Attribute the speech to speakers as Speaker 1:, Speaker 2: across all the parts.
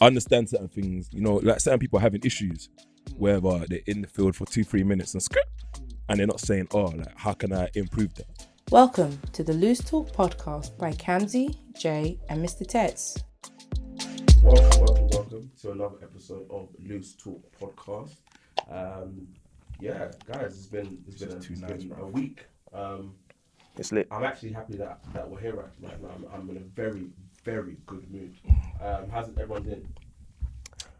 Speaker 1: I understand certain things. You know, like certain people are having issues where uh, they're in the field for two, three minutes and script, and they're not saying, "Oh, like how can I improve that?"
Speaker 2: Welcome to the Loose Talk podcast by Kamzi, Jay, and Mr. Tets.
Speaker 3: Welcome, welcome, welcome to another episode of Loose Talk Podcast. Um, yeah, guys, it's been it's been, a, it's been a week. Um,
Speaker 4: It's lit.
Speaker 3: I'm actually happy that, that we're here right, right now. I'm, I'm in a very very good mood. Um, how's everyone doing?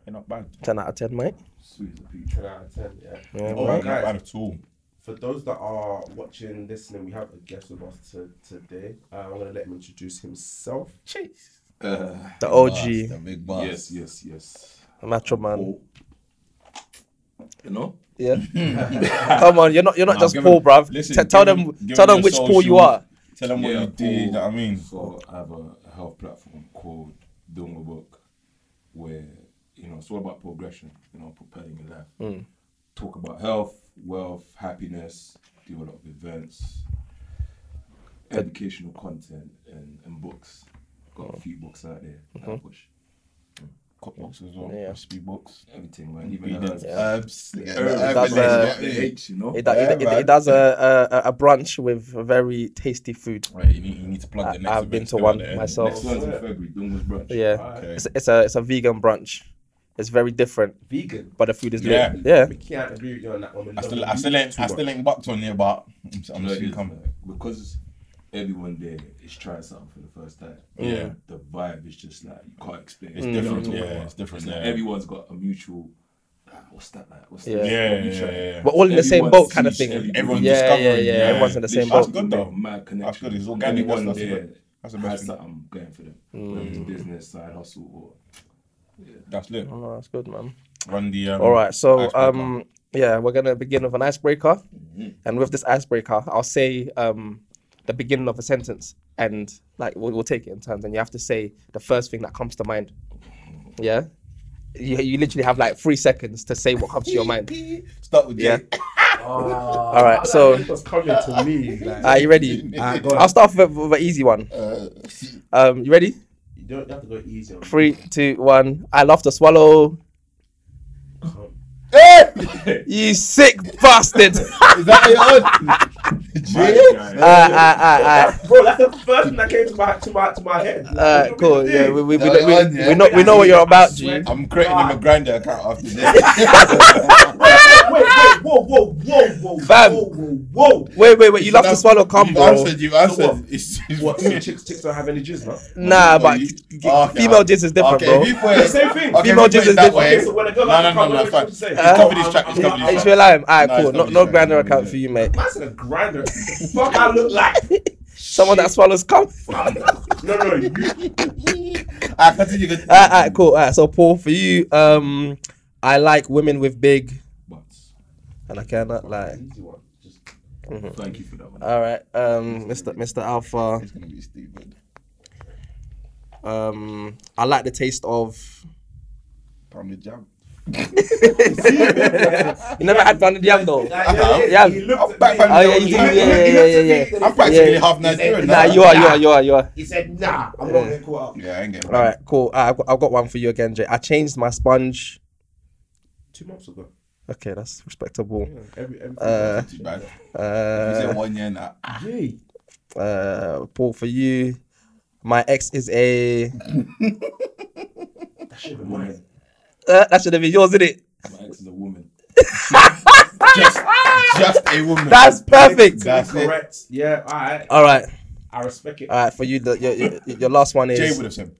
Speaker 5: You're not bad.
Speaker 4: 10 out of 10, mate.
Speaker 5: Sweet as a peach.
Speaker 3: Ten out of ten. Yeah.
Speaker 4: Yeah,
Speaker 3: oh,
Speaker 5: Right, not
Speaker 3: guys,
Speaker 5: bad at all.
Speaker 3: for those that are watching, listening, we have a guest with us to, today. Uh, I'm gonna let him introduce himself.
Speaker 4: The OG,
Speaker 6: the big boss.
Speaker 5: Yes, yes, yes.
Speaker 4: Macho Man.
Speaker 5: Paul. You know?
Speaker 4: Yeah. Come on, you're not you're not
Speaker 5: Nah,
Speaker 4: just
Speaker 5: give
Speaker 4: Paul,
Speaker 5: him-
Speaker 4: bruv.
Speaker 5: listen,
Speaker 4: T-
Speaker 5: give
Speaker 4: tell
Speaker 5: him-
Speaker 4: them
Speaker 5: give
Speaker 4: tell
Speaker 5: him
Speaker 4: them
Speaker 5: your
Speaker 4: which Paul you
Speaker 5: socials.
Speaker 4: are.
Speaker 5: Tell them
Speaker 6: Yeah,
Speaker 5: what you do, you know what I mean?
Speaker 6: So I have a health platform called Doing My Book, where you know it's all about progression. You know, propelling your life.
Speaker 4: Hmm.
Speaker 6: Talk about health, wealth, happiness. Do a lot of events, educational content, and, and books. Got
Speaker 4: Hmm.
Speaker 6: a few books out there. that I push.
Speaker 5: Cookbooks Hmm. as well.
Speaker 4: Yeah.
Speaker 5: Speed books.
Speaker 6: Everything, man. Even uh,
Speaker 5: Ingredients.
Speaker 6: herbs.
Speaker 4: Uh,
Speaker 5: Herbs.
Speaker 6: Yeah,
Speaker 5: Herbs.
Speaker 6: herbs,
Speaker 4: that's,
Speaker 6: man,
Speaker 4: uh,
Speaker 6: got the H, you know.
Speaker 4: It, do- it, do- it,
Speaker 5: Yeah,
Speaker 4: it does a, a a brunch with a very tasty food.
Speaker 5: Right, you need, you need to plug the
Speaker 4: I,
Speaker 5: next
Speaker 4: I've been
Speaker 5: event
Speaker 4: to
Speaker 5: out
Speaker 4: one
Speaker 5: there.
Speaker 4: myself.
Speaker 6: Next one's in February. Doing my brunch.
Speaker 4: Yeah,
Speaker 3: Okay.
Speaker 4: it's, it's a it's a vegan brunch. It's very different,
Speaker 3: Vegan.
Speaker 4: but the food is
Speaker 5: Yeah.
Speaker 4: lit. Yeah,
Speaker 3: We can't agree with you on that one. We
Speaker 5: I
Speaker 3: love
Speaker 5: still,
Speaker 3: you
Speaker 5: I still ain't,
Speaker 3: too
Speaker 5: I still
Speaker 3: much.
Speaker 5: ain't bucked on there, but I'm, I'm
Speaker 6: No, it
Speaker 5: still
Speaker 6: is,
Speaker 5: coming.
Speaker 6: man. because everyone there is trying something for the first time.
Speaker 5: Yeah.
Speaker 6: the vibe is just like you can't explain.
Speaker 5: It's
Speaker 6: You know what
Speaker 5: different,
Speaker 6: I'm talking
Speaker 5: yeah,
Speaker 6: about?
Speaker 5: it's different,
Speaker 6: like
Speaker 5: yeah.
Speaker 6: everyone's got a mutual.
Speaker 3: uh,
Speaker 6: ah, what's that like? What's
Speaker 4: Yeah.
Speaker 6: that?
Speaker 5: Yeah,
Speaker 6: Mutual.
Speaker 5: yeah, yeah.
Speaker 4: we're all in the same
Speaker 6: Everyone's
Speaker 4: boat, kind of
Speaker 6: niche,
Speaker 4: thing.
Speaker 5: everyone's
Speaker 4: yeah, yeah, yeah,
Speaker 5: discovering, yeah.
Speaker 4: Everyone's in the same
Speaker 5: That's
Speaker 4: boat.
Speaker 5: good though.
Speaker 6: Mad connection.
Speaker 5: That's good, it's organic, that's-
Speaker 6: Everyone
Speaker 5: that's the
Speaker 6: there
Speaker 5: best- that's the best
Speaker 6: has
Speaker 5: thing.
Speaker 6: something going for them. Whether
Speaker 4: Mm.
Speaker 6: it's business side hustle or
Speaker 5: That's lit.
Speaker 4: Oh, that's good, man.
Speaker 5: Run the. Um,
Speaker 3: Mm-hmm.
Speaker 4: All right, so
Speaker 5: icebreaker.
Speaker 4: um, yeah, we're gonna begin with an icebreaker,
Speaker 3: Mm-hmm.
Speaker 4: and with this icebreaker, I'll say um, the beginning of a sentence, and like we'll, we'll take it in turns, and you have to say the first thing that comes to mind. Yeah, you, you literally have like three seconds to say what comes to your mind.
Speaker 5: Start with
Speaker 4: Yeah.
Speaker 5: Jay.
Speaker 4: Ah. All right, so
Speaker 3: It was coming to me. Like,
Speaker 4: are you ready?
Speaker 3: Ah, go on.
Speaker 4: I'll start with, with an easy one.
Speaker 3: Uh.
Speaker 4: Um, you ready?
Speaker 3: You don't have to go easy on me.
Speaker 4: Three, two, one. I love to swallow.
Speaker 3: Come.
Speaker 4: You sick bastard!
Speaker 5: Is that
Speaker 6: Yeah,
Speaker 4: Ah, ah, ah, ah.
Speaker 3: Bro, that's the first thing that came to my to my to my head.
Speaker 4: Uh, cool. Yeah, we, we, we,
Speaker 5: Yeah,
Speaker 4: we,
Speaker 5: yeah, yeah.
Speaker 4: we know we know what you're about, G.
Speaker 5: I'm creating
Speaker 4: uh,
Speaker 5: him a grinder account after this.
Speaker 3: wait, wait, whoa, whoa, whoa, whoa,
Speaker 4: Fam.
Speaker 3: whoa, whoa, whoa.
Speaker 4: Wait, wait, wait. You love to swallow cum,
Speaker 5: you
Speaker 4: bro.
Speaker 5: Answered, you answered.
Speaker 3: So what?
Speaker 5: It's, it's
Speaker 3: What? So chicks, chicks don't have any jizz, man.
Speaker 4: Nah,
Speaker 5: Oh,
Speaker 4: but
Speaker 5: you-
Speaker 4: g- g-
Speaker 5: okay.
Speaker 4: female jizz is different,
Speaker 5: okay,
Speaker 4: bro. Uh,
Speaker 5: If you put it,
Speaker 3: Same thing.
Speaker 5: Okay,
Speaker 4: Female
Speaker 5: if you
Speaker 4: jizz is
Speaker 5: put it that
Speaker 4: different.
Speaker 5: way.
Speaker 3: Okay, so when a girl
Speaker 5: no, no,
Speaker 3: asks you,
Speaker 5: no,
Speaker 3: come,
Speaker 5: no,
Speaker 3: what
Speaker 5: fam.
Speaker 3: would you say?
Speaker 5: He's
Speaker 4: Uh,
Speaker 5: covered his track. He's
Speaker 3: I'm-
Speaker 5: covered
Speaker 3: I'm-
Speaker 5: his
Speaker 4: It's
Speaker 5: track.
Speaker 4: real life. Alright,
Speaker 5: Nah,
Speaker 4: cool.
Speaker 5: it's
Speaker 4: No,
Speaker 5: not
Speaker 4: no
Speaker 5: different,
Speaker 4: grinder
Speaker 5: no,
Speaker 4: account
Speaker 5: yeah.
Speaker 4: for you, mate.
Speaker 3: That's a grinder. Fuck, I look like.
Speaker 4: Someone that swallows cum.
Speaker 3: No, no, you.
Speaker 5: Ah, continue. continue.
Speaker 4: Alright, alright, cool. Alright, so Paul, for you, um, I like women with big,
Speaker 6: but
Speaker 4: and I cannot lie.
Speaker 3: Easy one. Just
Speaker 6: thank you for that one.
Speaker 4: All right, um, Mr. Mr. Alpha,
Speaker 5: It's gonna be stupid.
Speaker 4: um, I like the taste of.
Speaker 5: Pounded jam.
Speaker 4: You never had pounded yam though.
Speaker 3: Like,
Speaker 5: Uh-huh.
Speaker 4: Yeah.
Speaker 3: He looked
Speaker 5: I'm
Speaker 3: at
Speaker 5: back
Speaker 3: me.
Speaker 5: from
Speaker 4: Oh yeah, you
Speaker 5: the
Speaker 4: do.
Speaker 3: He looked-
Speaker 4: Yeah,
Speaker 5: old-
Speaker 3: he
Speaker 4: yeah,
Speaker 3: looked
Speaker 4: yeah,
Speaker 3: at
Speaker 4: yeah,
Speaker 3: me,
Speaker 4: yeah.
Speaker 3: then he
Speaker 5: I'm
Speaker 3: said-
Speaker 5: practically
Speaker 4: Yeah.
Speaker 5: half Nigerian.
Speaker 4: Nah,
Speaker 5: now.
Speaker 4: you are, you are, you are, you are.
Speaker 3: He said, nah, I'm not getting caught up.
Speaker 5: Yeah, I ain't getting.
Speaker 4: All right, cool. Alright, I've got, I've got one for you again, Jay. I changed my sponge.
Speaker 3: Two months ago.
Speaker 4: Okay, that's respectable.
Speaker 3: Yeah, Every, every
Speaker 4: Uh,
Speaker 5: Too bad.
Speaker 4: Uh,
Speaker 5: Is it one year now?
Speaker 3: Yay.
Speaker 4: uh, Paul, for you, my ex is a.
Speaker 3: That shit was mine.
Speaker 4: Uh, that should have been yours, isn't it?
Speaker 6: My ex is a woman.
Speaker 5: Just, just a woman.
Speaker 4: That's perfect.
Speaker 5: That's it.
Speaker 3: Correct. Yeah, all right.
Speaker 4: All right,
Speaker 3: I respect it.
Speaker 4: all right. For you, the, your, your, your last one is.
Speaker 5: Jay would have said.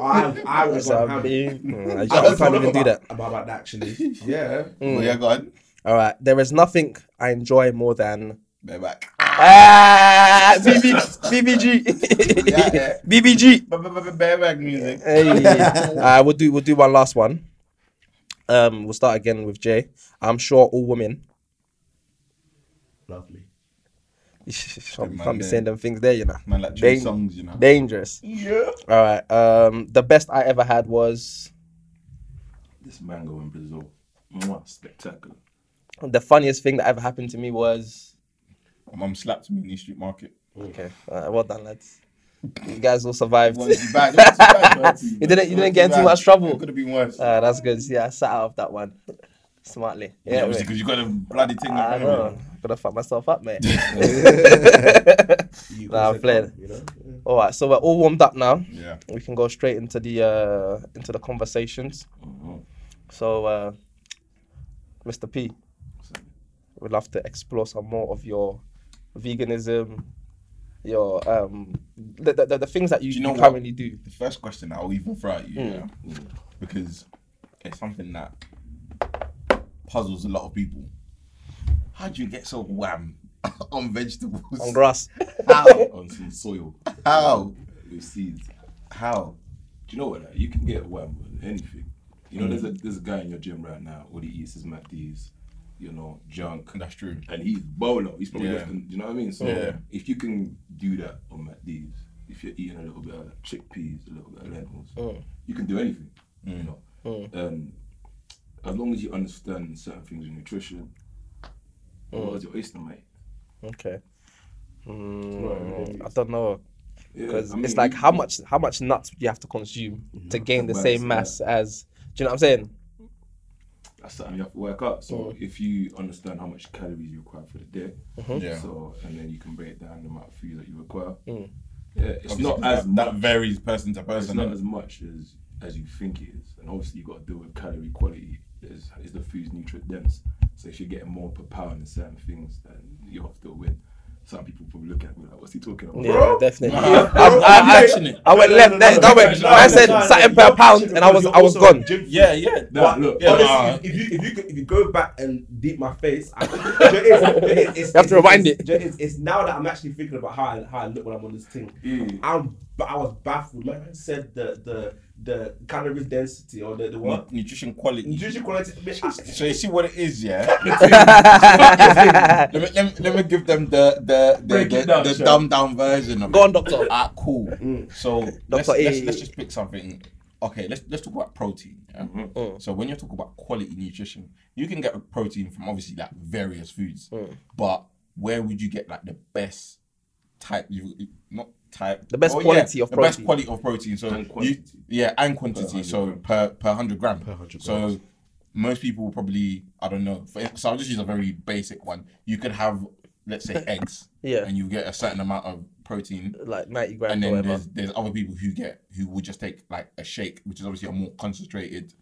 Speaker 3: I, I was
Speaker 4: That's
Speaker 3: gone
Speaker 4: a
Speaker 3: ham.
Speaker 4: big- Mm, I just-
Speaker 5: I
Speaker 4: I
Speaker 5: was
Speaker 4: can't
Speaker 5: talking
Speaker 4: even do that.
Speaker 3: About, about that, actually. Yeah.
Speaker 4: Mm.
Speaker 5: Well, yeah, go on.
Speaker 4: All right, there is nothing I enjoy more than.
Speaker 5: Bear back.
Speaker 4: Ah, BB, BBG,
Speaker 5: Yeah, yeah.
Speaker 4: BBG.
Speaker 5: Ba- ba- ba- ba- Bear back music.
Speaker 4: Hey, uh, we'll do we'll do one last one. Um, we'll start again with Jay. I'm sure all women.
Speaker 3: Love me.
Speaker 4: You
Speaker 5: man
Speaker 4: can't be
Speaker 5: there.
Speaker 4: saying them things there, you know.
Speaker 5: Man, like
Speaker 4: Dang.
Speaker 5: two songs, you know.
Speaker 4: Dangerous.
Speaker 5: Yeah.
Speaker 4: All right. Um, the best I ever had was
Speaker 6: This mango in Brazil, Mwah, spectacular.
Speaker 4: the funniest thing that ever happened to me was.
Speaker 5: My mum slapped me in the street market.
Speaker 4: Okay. Uh, well done, lads. You guys all survived.
Speaker 5: Well, it's bad. It wasn't bad, but-
Speaker 4: You didn't- you didn't
Speaker 5: it
Speaker 4: get into
Speaker 5: bad.
Speaker 4: much trouble.
Speaker 5: It could have been worse.
Speaker 4: Ah, that's good. Yeah, I sat out of that one smartly. Yeah,
Speaker 6: obviously,
Speaker 4: mate.
Speaker 6: because you got a bloody thing
Speaker 4: I
Speaker 6: like
Speaker 4: know.
Speaker 6: that.
Speaker 4: Gonna fuck myself up, mate.
Speaker 3: You
Speaker 4: Nah, I'm
Speaker 3: also
Speaker 4: playing.
Speaker 3: come, You know?
Speaker 4: all right, so we're all warmed up now.
Speaker 6: Yeah.
Speaker 4: We can go straight into the uh into the conversations.
Speaker 6: Mhm.
Speaker 4: So, uh, Mr. P, we'd love to explore some more of your veganism, your um, the the, the, the things that you,
Speaker 5: Do you know
Speaker 4: you
Speaker 5: what?
Speaker 4: currently do.
Speaker 5: The first question that I'll even throw at you, yeah, because it's something that puzzles a lot of people. How do you get so wham on vegetables?
Speaker 4: On grass,
Speaker 5: How?
Speaker 6: On some soil
Speaker 5: How?
Speaker 6: with seeds.
Speaker 5: How?
Speaker 6: Do you know what? Like, you can get one with anything. You know, there's a there's a guy in your gym right now. All he eats is McD's, you know, junk,
Speaker 5: That's true.
Speaker 6: and he's bolo. He's probably
Speaker 5: Yeah.
Speaker 6: less than, do you know what I mean? So
Speaker 5: Yeah.
Speaker 6: if you can do that on McD's, if you're eating a little bit of chickpeas, a little bit of lentils,
Speaker 4: Oh.
Speaker 6: you can do anything.
Speaker 4: Mm.
Speaker 6: You know, um, as long as you understand certain things in nutrition,
Speaker 4: Oh.
Speaker 6: or as your oyster mate.
Speaker 4: okay. Hmm,
Speaker 6: Right,
Speaker 4: I don't know
Speaker 6: yeah,
Speaker 4: because
Speaker 6: I mean,
Speaker 4: it's like
Speaker 6: you-
Speaker 4: how much how much nuts do you have to consume to gain the
Speaker 6: Well, it's
Speaker 4: same mass as? Do you know what I'm saying?
Speaker 6: that's something you have to work out. So
Speaker 4: Oh.
Speaker 6: if you understand how much calories you require for the day,
Speaker 4: Uh-huh.
Speaker 5: Yeah.
Speaker 6: so and then you can break down the amount of food that you require.
Speaker 4: Mm.
Speaker 6: Yeah, it's not
Speaker 5: Obviously,
Speaker 6: as
Speaker 5: that, that
Speaker 6: much,
Speaker 5: varies person to
Speaker 6: it's not as
Speaker 5: person.
Speaker 6: much as as you think it is, and obviously you got to deal with calorie quality. Is is the food's nutrient dense? So if you're getting more per pound in certain things, then you have to win. Some people probably look at me like, "What's he talking about?"
Speaker 4: Yeah, definitely.
Speaker 5: I'm catching it.
Speaker 4: I went left. there, that went.
Speaker 5: no,
Speaker 4: I
Speaker 5: no,
Speaker 4: said
Speaker 3: no, no,
Speaker 4: something
Speaker 3: you're
Speaker 4: per pound,
Speaker 3: pushing
Speaker 4: and I was
Speaker 3: because
Speaker 4: I was
Speaker 3: you're also
Speaker 4: gone.
Speaker 3: gym freak.
Speaker 5: Yeah, yeah.
Speaker 6: Nah,
Speaker 5: But-
Speaker 6: look,
Speaker 5: yeah,
Speaker 6: honestly,
Speaker 5: nah.
Speaker 3: Honestly, if, if you if you if you go back and deep my face, I, it's, it's,
Speaker 4: have to rewind it.
Speaker 3: It's, it's, it's now that I'm actually thinking about how I, how I look when I'm on this thing.
Speaker 6: Mm.
Speaker 3: I'm but I was baffled. Like I said, the the the calorie density or the, the
Speaker 5: Nu-
Speaker 3: what
Speaker 5: Nutrition quality.
Speaker 3: nutrition quality. bitch, I-
Speaker 5: Mm. So you see what it is, yeah. let, me, let me let me give them the the the,
Speaker 6: Break it
Speaker 5: the,
Speaker 6: down,
Speaker 5: the
Speaker 6: sure.
Speaker 5: dumbed down version of
Speaker 4: Go
Speaker 5: it.
Speaker 4: on, doctor. Mm.
Speaker 5: Ah, cool. So let's,
Speaker 4: Doctor E. A.
Speaker 5: let's let's just pick something. Okay, let's let's talk about protein. yeah?
Speaker 4: Mm-hmm.
Speaker 6: Mm.
Speaker 5: So when you're talking about quality nutrition, you can get protein from obviously like various foods,
Speaker 4: Mm.
Speaker 5: but where would you get like the best type? You not type
Speaker 4: The best
Speaker 5: oh, yeah,
Speaker 4: quality of
Speaker 5: the best
Speaker 4: protein.
Speaker 5: quality of protein. So
Speaker 6: And
Speaker 5: you-
Speaker 6: quantity.
Speaker 5: yeah, and quantity. so per per hundred gram. Per
Speaker 6: 100
Speaker 5: So most people will probably I don't know. For, so I'll just use a very basic one. You could have let's say eggs.
Speaker 4: Yeah.
Speaker 5: And you get a certain amount of protein.
Speaker 4: Like ninety
Speaker 5: And
Speaker 4: grand or
Speaker 5: then
Speaker 4: whatever.
Speaker 5: there's there's other people who get who will just take like a shake, which is obviously a more concentrated,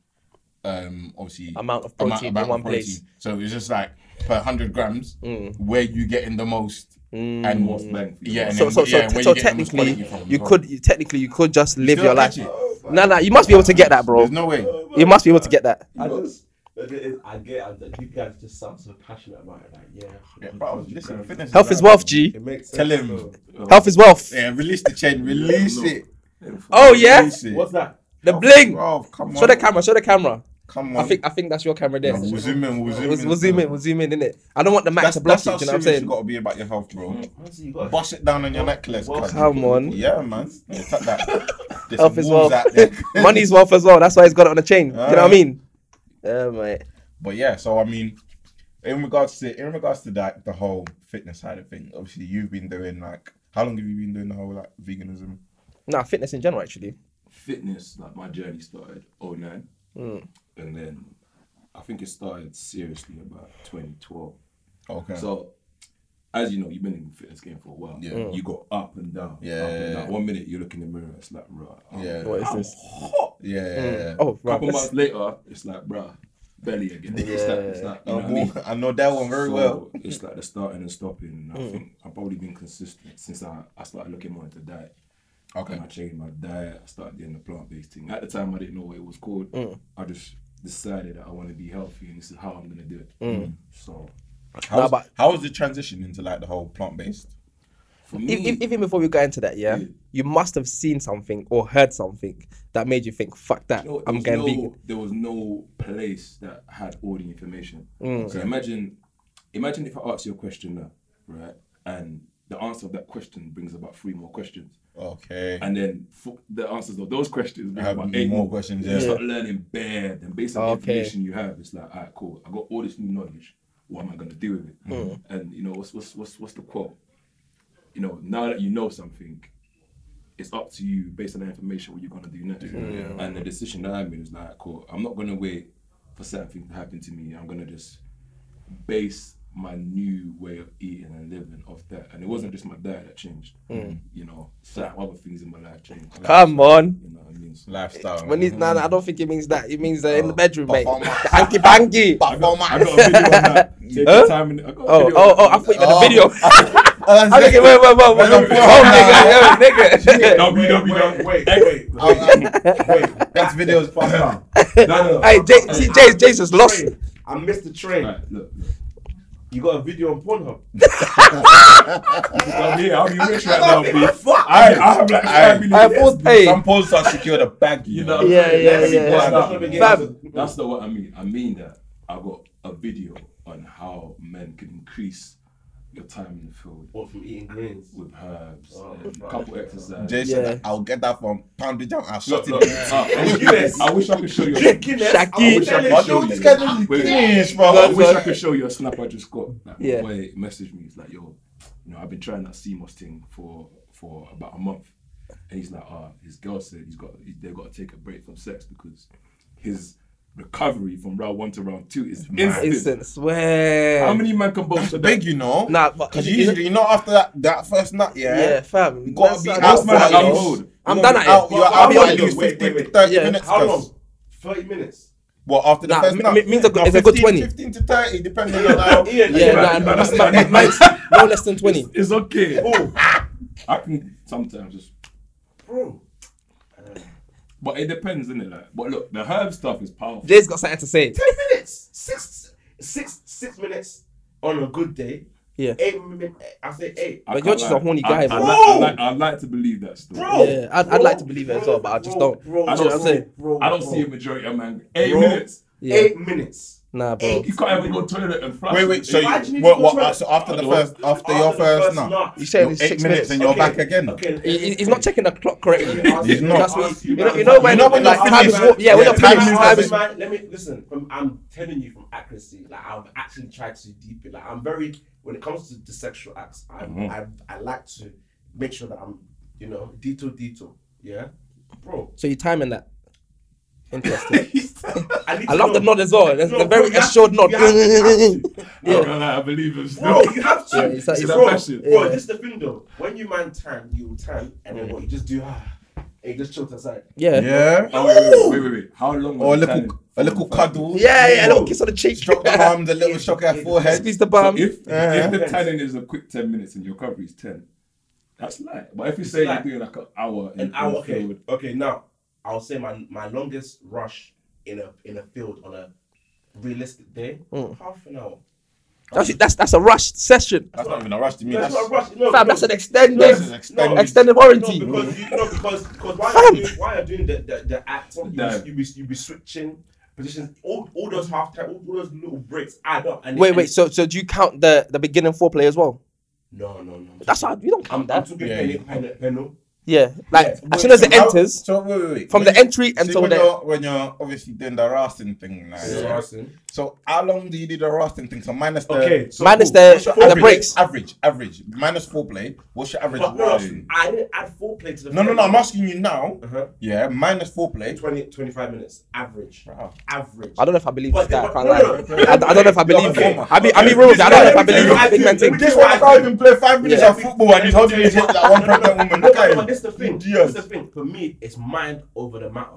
Speaker 5: um, obviously
Speaker 4: Amount of
Speaker 5: ama-
Speaker 4: protein in one place. Mm.
Speaker 5: So it's just like per hundred grams, where you getting the most and
Speaker 6: What's bang for you?
Speaker 5: yeah. And
Speaker 4: so
Speaker 5: then,
Speaker 4: so so,
Speaker 5: yeah, where
Speaker 4: so
Speaker 5: you getting the most
Speaker 4: technically
Speaker 5: quality from
Speaker 4: you
Speaker 5: as well.
Speaker 4: could you, technically you could just live
Speaker 5: Still
Speaker 4: your life.
Speaker 5: catch it.
Speaker 4: Nah, nah, you must be able to get that, bro.
Speaker 5: There's no way.
Speaker 4: You must be able to get that.
Speaker 3: I just. like, it is- I get it. Like, You guys just sound so passionate about it. Like, yeah.
Speaker 5: Yeah, bro, listen, fitness
Speaker 4: Health is
Speaker 5: like-
Speaker 4: wealth, G.
Speaker 3: It makes sense.
Speaker 5: Tell him.
Speaker 3: though.
Speaker 4: Health is wealth.
Speaker 5: Yeah, release the chain, release
Speaker 6: No.
Speaker 5: it.
Speaker 4: Oh yeah,
Speaker 5: Release it.
Speaker 3: What's that?
Speaker 4: the
Speaker 5: Oh,
Speaker 4: bling.
Speaker 5: bro, come
Speaker 4: Show the
Speaker 5: on.
Speaker 4: camera. Show the camera.
Speaker 5: Come
Speaker 4: I
Speaker 5: on.
Speaker 4: think I think that's your camera there.
Speaker 5: Yeah, we'll zoom in, we'll zoom
Speaker 4: We'll,
Speaker 5: in.
Speaker 4: we'll zoom in. We'll zoom in. Innit? I don't want the mic
Speaker 5: That's,
Speaker 4: to block
Speaker 5: that's
Speaker 4: you.
Speaker 5: how
Speaker 4: Do you know what I'm
Speaker 5: serious you
Speaker 4: saying?
Speaker 5: got to be about your health, bro.
Speaker 3: Honestly, you got
Speaker 5: Bust it down on your necklace.
Speaker 3: Well,
Speaker 5: cuz.
Speaker 4: Come on.
Speaker 5: Yeah, man. Yeah, cut that. There's
Speaker 4: Health
Speaker 5: some
Speaker 4: is
Speaker 5: wolves
Speaker 4: wealth.
Speaker 5: out there.
Speaker 4: Money's wealth as well. That's why he's got it on the chain. Do you know what I
Speaker 5: Alright.
Speaker 4: mean? Yeah, mate.
Speaker 5: But yeah, so I mean, in regards to in regards to that, the whole fitness side of things. Obviously, you've been doing like how long have you been doing the whole like veganism?
Speaker 4: Nah, fitness in general actually.
Speaker 6: fitness, like my journey started 09.
Speaker 5: Mm.
Speaker 6: And then I think it started seriously about 2012.
Speaker 5: Okay.
Speaker 6: So, as you know, you've been in the fitness game for a while.
Speaker 5: Yeah. Mm.
Speaker 6: You go up and down.
Speaker 5: Yeah,
Speaker 6: Up and
Speaker 5: yeah,
Speaker 6: down.
Speaker 5: yeah.
Speaker 6: One minute you look in the mirror, it's like, bruh. I'm
Speaker 5: yeah.
Speaker 4: What is this?
Speaker 6: Hot.
Speaker 5: Yeah. yeah.
Speaker 4: Oh, right.
Speaker 6: couple
Speaker 4: let's-
Speaker 6: months later, it's like, bruh, belly again. It's like, it's like, you know
Speaker 5: I,
Speaker 6: what I mean?
Speaker 4: Mm.
Speaker 5: know, I know that one Oh, very
Speaker 6: So,
Speaker 5: well.
Speaker 6: It's like the starting and stopping. And
Speaker 4: Hmm.
Speaker 6: I think I've probably been consistent since I, I started looking more into diet.
Speaker 5: Okay.
Speaker 6: And I changed my diet. I started doing the plant based thing. At the time, I didn't know what it was called.
Speaker 4: Hmm.
Speaker 6: I just decided that I want to be healthy and this is how I'm going to do it.
Speaker 4: Hmm.
Speaker 6: So,
Speaker 5: How's,
Speaker 4: Nah, but-
Speaker 5: how was the transition into like the whole plant based?
Speaker 6: for me,
Speaker 4: If, if, even before we got into that, yeah,
Speaker 6: Yeah.
Speaker 4: you must have seen something or heard something that made you think, "Fuck that,
Speaker 6: No, there
Speaker 4: I'm
Speaker 6: was
Speaker 4: going
Speaker 6: no,
Speaker 4: vegan."
Speaker 6: There was no place that had all the information.
Speaker 5: Mm.
Speaker 6: So imagine, imagine if I ask you a question now, right? And the answer of that question brings about three more questions.
Speaker 5: Okay.
Speaker 6: And then for the answers of those questions bring
Speaker 5: I have
Speaker 6: about eight
Speaker 5: more questions,
Speaker 6: You
Speaker 5: yeah.
Speaker 6: start learning bare, then based on the
Speaker 4: Okay.
Speaker 6: information you have, it's like, all right, cool. I got all this new knowledge. What am I gonna do with it?
Speaker 5: Mm.
Speaker 6: And you know, what's what's what's what's the quote? You know, now that you know something, it's up to you based on the information what you're gonna do next. And the decision that I made was like, cool, I'm not gonna wait for certain things to happen to me. I'm gonna just base my new way of eating and living off that. And it wasn't just my diet that changed. You know, certain other things in my life changed.
Speaker 4: Mm. Come on.
Speaker 6: You know what I mean? So,
Speaker 5: Lifestyle. Mm-hmm.
Speaker 4: When he's nah, nah, I don't think it means that. It means uh, in the bedroom, mate.
Speaker 5: performance.
Speaker 4: The hanky panky.
Speaker 5: But for my-
Speaker 6: I got a video on that. Take your time and I got a
Speaker 4: Oh,
Speaker 6: video on
Speaker 4: oh,
Speaker 6: that.
Speaker 4: oh! I thought you meant
Speaker 5: Oh.
Speaker 4: the video.
Speaker 5: Oh,
Speaker 4: I
Speaker 5: that's
Speaker 4: okay,
Speaker 5: it.
Speaker 4: wait, wait, wait, wait, wait,
Speaker 5: Wait, wait,
Speaker 4: oh, nigga, yo,
Speaker 3: Wait,
Speaker 4: nigga.
Speaker 3: wait, wait, wait,
Speaker 5: Oh, uh,
Speaker 3: wait.
Speaker 5: That's videos.
Speaker 3: Fuck up. No, no, no.
Speaker 4: Hey, Jay, see, Jay's, Jay's just lost.
Speaker 3: Train. I missed the train.
Speaker 6: Alright, look, look.
Speaker 3: You got a video on Pornhub.
Speaker 6: I'm here. I'll be rich right now, B. I, I have like five million.
Speaker 4: I post, hey,
Speaker 5: Some posts are secured a bag, you
Speaker 6: You
Speaker 5: know.
Speaker 6: know,
Speaker 4: Yeah, yeah,
Speaker 6: that's-
Speaker 4: yeah.
Speaker 6: that's not-
Speaker 3: Fam.
Speaker 6: That's, that's not what I mean. I mean that I got a video on how men can increase your time in the field
Speaker 3: What from eating greens?
Speaker 6: with herbs
Speaker 3: Oh,
Speaker 6: and
Speaker 3: right.
Speaker 6: couple exercise.
Speaker 5: Jay
Speaker 4: Yeah.
Speaker 5: said, I'll get that from Pounded Jam and
Speaker 6: Look,
Speaker 5: shot
Speaker 6: look,
Speaker 5: it.
Speaker 6: uh, I, wish, I wish I could show you. I
Speaker 3: Guinness.
Speaker 4: Shaki.
Speaker 3: I'm
Speaker 6: wish I
Speaker 3: telling
Speaker 6: could
Speaker 3: you.
Speaker 6: show
Speaker 5: This guy just
Speaker 6: you. Wait,
Speaker 5: cringe, bro.
Speaker 6: wish I could show you a snap I just got. Like,
Speaker 4: Yeah.
Speaker 6: yeah. Boy messaged me. He's like, yo, you know, I've been trying that CMOS thing for for about a month, and he's like, ah, his girl said he's got he, they've got to take a break from sex because his recovery from round one to round two is instant.
Speaker 4: instant swear.
Speaker 6: How many man can boast to
Speaker 5: Big,
Speaker 6: that?
Speaker 5: you know.
Speaker 4: Nah, but
Speaker 5: because usually, you know, after that, that first nut, yeah,
Speaker 4: yeah, fam.
Speaker 5: you
Speaker 4: that's
Speaker 5: gotta be
Speaker 4: not-
Speaker 6: man
Speaker 5: out for
Speaker 6: that
Speaker 5: at
Speaker 6: got
Speaker 5: least.
Speaker 6: old.
Speaker 5: you
Speaker 4: I'm done
Speaker 5: gotta be
Speaker 4: at it.
Speaker 5: out- You're
Speaker 3: Well,
Speaker 5: out
Speaker 3: how
Speaker 5: for
Speaker 3: long
Speaker 5: at
Speaker 3: you-
Speaker 5: least
Speaker 3: wait,
Speaker 5: 15
Speaker 3: wait,
Speaker 5: to
Speaker 3: wait.
Speaker 5: 30
Speaker 4: Yeah.
Speaker 5: minutes.
Speaker 3: How
Speaker 5: cuz.
Speaker 3: long? 30 minutes.
Speaker 5: Well, after the
Speaker 4: Nah,
Speaker 5: first
Speaker 4: m-
Speaker 5: nut,
Speaker 4: m- means a good-
Speaker 5: no,
Speaker 4: it's a good
Speaker 5: 15,
Speaker 4: 20.
Speaker 5: 15 to 30, depending on how.
Speaker 3: Yeah,
Speaker 4: Yeah, nah,
Speaker 6: nah, that's
Speaker 4: my- my-
Speaker 6: fine.
Speaker 4: mine's no less than twenty.
Speaker 6: It's okay.
Speaker 3: Oh,
Speaker 6: I can sometimes just,
Speaker 3: bro.
Speaker 6: but it depends, isn't it? Like, but look, the herb stuff is powerful.
Speaker 4: Jay's got something to say.
Speaker 3: 10 minutes. Six, six, six minutes on a good day.
Speaker 4: Yeah.
Speaker 3: Eight minutes. I say eight.
Speaker 6: I
Speaker 4: But
Speaker 6: can't
Speaker 4: you're just a
Speaker 6: lie.
Speaker 4: horny
Speaker 6: I-
Speaker 4: guy,
Speaker 6: I,
Speaker 4: bro.
Speaker 6: like, I, like, I like to believe that still.
Speaker 3: Bro.
Speaker 4: Yeah, I'd- I'd like to believe it as well, but I just don't.
Speaker 3: Bro,
Speaker 6: I
Speaker 4: know what
Speaker 6: don't,
Speaker 4: I'm saying?
Speaker 3: bro,
Speaker 6: I don't
Speaker 3: bro.
Speaker 6: see a majority of man. Eight
Speaker 3: Bro.
Speaker 6: minutes.
Speaker 4: Yeah.
Speaker 3: Eight minutes.
Speaker 4: Nah, bro.
Speaker 3: Eight.
Speaker 6: You can't even go to the toilet and flush.
Speaker 5: Wait, wait, so,
Speaker 3: Why do you
Speaker 5: you,
Speaker 3: need
Speaker 5: what,
Speaker 3: to
Speaker 5: what,
Speaker 3: go to-
Speaker 5: so after the
Speaker 6: After
Speaker 5: first, after
Speaker 3: the
Speaker 5: your first
Speaker 3: first
Speaker 5: nut,
Speaker 3: nut.
Speaker 4: You
Speaker 5: you're
Speaker 4: said it's
Speaker 5: eight
Speaker 4: six
Speaker 5: minutes,
Speaker 4: minutes.
Speaker 5: and you're back again.
Speaker 3: Okay.
Speaker 4: He- he- He's not checking the clock correctly.
Speaker 5: He's not.
Speaker 4: That's what- you know- you
Speaker 3: Ask me, man.
Speaker 4: know when-
Speaker 5: You know
Speaker 3: Ask
Speaker 5: when your
Speaker 3: me,
Speaker 5: time is
Speaker 3: man.
Speaker 5: warp-
Speaker 4: yeah, when your
Speaker 3: Ask me,
Speaker 4: time is-
Speaker 3: man.
Speaker 4: time
Speaker 3: Ask
Speaker 4: is-
Speaker 3: me, man. Let me listen. From, I'm telling you from accuracy. Like I've actually tried to deep it. Like I'm very when it comes to the sexual acts. I
Speaker 5: Mm-hmm.
Speaker 3: I I like to make sure that I'm you know detail detail. Yeah, bro.
Speaker 4: So you timing that? Interesting.
Speaker 3: I, need
Speaker 4: I
Speaker 3: to
Speaker 4: love
Speaker 3: know.
Speaker 4: the nod as well. There's
Speaker 3: No,
Speaker 4: a
Speaker 3: bro,
Speaker 4: very
Speaker 3: you have
Speaker 4: assured
Speaker 3: to-
Speaker 4: nod.
Speaker 3: you have to- you have to.
Speaker 6: I'm not gonna lie, I believe him.
Speaker 3: Bro, you have to.
Speaker 4: Yeah, it's like-
Speaker 6: it's
Speaker 3: bro,
Speaker 6: that passion.
Speaker 3: bro,
Speaker 4: Yeah.
Speaker 3: this is the thing though. When you man tan, you will tan, and then what you just do, ah, and you just chill to the side.
Speaker 4: Yeah. Yeah,
Speaker 5: Yeah.
Speaker 6: Oh, wait, wait, wait, wait, wait. How long?
Speaker 5: Or a
Speaker 6: was the
Speaker 5: little,
Speaker 6: time?
Speaker 5: a little cuddle.
Speaker 4: yeah, a little kiss on the cheek.
Speaker 5: Stroke the arms, a little shock at forehead.
Speaker 4: Squeeze the
Speaker 6: So
Speaker 4: bum.
Speaker 6: if,
Speaker 5: Uh-huh.
Speaker 6: if the tanning is a quick 10 minutes and your recovery is 10, that's light. But if you say
Speaker 3: light.
Speaker 6: you're doing like an hour in
Speaker 3: an hour.
Speaker 6: the
Speaker 3: Okay,
Speaker 6: field,
Speaker 3: okay. Now I'll say my my longest rush in a in a field on a realistic day,
Speaker 4: Hmm.
Speaker 3: half an hour.
Speaker 4: That's, that's that's a rush session.
Speaker 5: That's not even a rush to me.
Speaker 3: That's not a rush. No,
Speaker 4: Fam,
Speaker 3: no,
Speaker 4: that's an extended
Speaker 5: This is extended.
Speaker 4: extended
Speaker 3: no,
Speaker 4: warranty.
Speaker 3: because you know because because why are you why are you doing the the, the act? You
Speaker 6: dive.
Speaker 3: be, you be you be switching positions. All all those half time, all, all those little breaks add up. And
Speaker 4: Wait,
Speaker 3: and-
Speaker 4: wait. So so do you count the the beginning foreplay as well?
Speaker 3: no, no, no.
Speaker 4: That's how you don't
Speaker 3: I'm,
Speaker 4: count
Speaker 3: I'm
Speaker 4: that.
Speaker 3: talking
Speaker 5: Yeah,
Speaker 3: penny,
Speaker 5: you
Speaker 3: penny, penny.
Speaker 4: Yeah, like
Speaker 3: Yeah,
Speaker 4: as soon as
Speaker 5: So
Speaker 4: it
Speaker 5: how-
Speaker 4: enters,
Speaker 5: So wait, wait, wait.
Speaker 4: from
Speaker 5: When
Speaker 4: the entry
Speaker 5: See,
Speaker 4: until
Speaker 5: when
Speaker 4: the
Speaker 5: you're, when you're obviously doing the rasting thing now.
Speaker 3: Yeah.
Speaker 5: yeah. So how long do you do the rasting thing? So minus the
Speaker 3: Okay, so
Speaker 4: minus
Speaker 3: cool.
Speaker 4: the
Speaker 5: what's your
Speaker 4: Uh, the
Speaker 5: average,
Speaker 4: breaks.
Speaker 5: Average, average. Minus foreplay. What's your average?
Speaker 3: But no,
Speaker 5: rasting?
Speaker 3: I didn't add four plays to the
Speaker 5: No, no,
Speaker 3: field.
Speaker 5: no. I'm asking you now.
Speaker 3: Uh-huh.
Speaker 5: Yeah, minus foreplay.
Speaker 3: 20, 25 minutes average.
Speaker 5: Wow.
Speaker 3: Average.
Speaker 4: I don't know if I believe
Speaker 3: But
Speaker 4: this guy. I
Speaker 3: they-
Speaker 4: can't
Speaker 3: no,
Speaker 4: lie.
Speaker 3: no, no,
Speaker 4: I, I don't know if I
Speaker 5: no,
Speaker 4: believe
Speaker 5: okay,
Speaker 4: him. I be I be
Speaker 5: okay.
Speaker 4: real with you. I don't know if I
Speaker 3: Let me
Speaker 4: believe
Speaker 3: tell you,
Speaker 4: him. Big
Speaker 3: let
Speaker 4: man
Speaker 3: me
Speaker 4: thing.
Speaker 3: tell
Speaker 5: This one I can't even play five minutes
Speaker 4: Yeah.
Speaker 5: of football and he's holding his head like one pregnant woman.
Speaker 3: No,
Speaker 5: Look
Speaker 3: no, no, this
Speaker 5: at him.
Speaker 3: is the thing.
Speaker 5: Yes.
Speaker 3: This is the thing. For me, it's mind over the matter.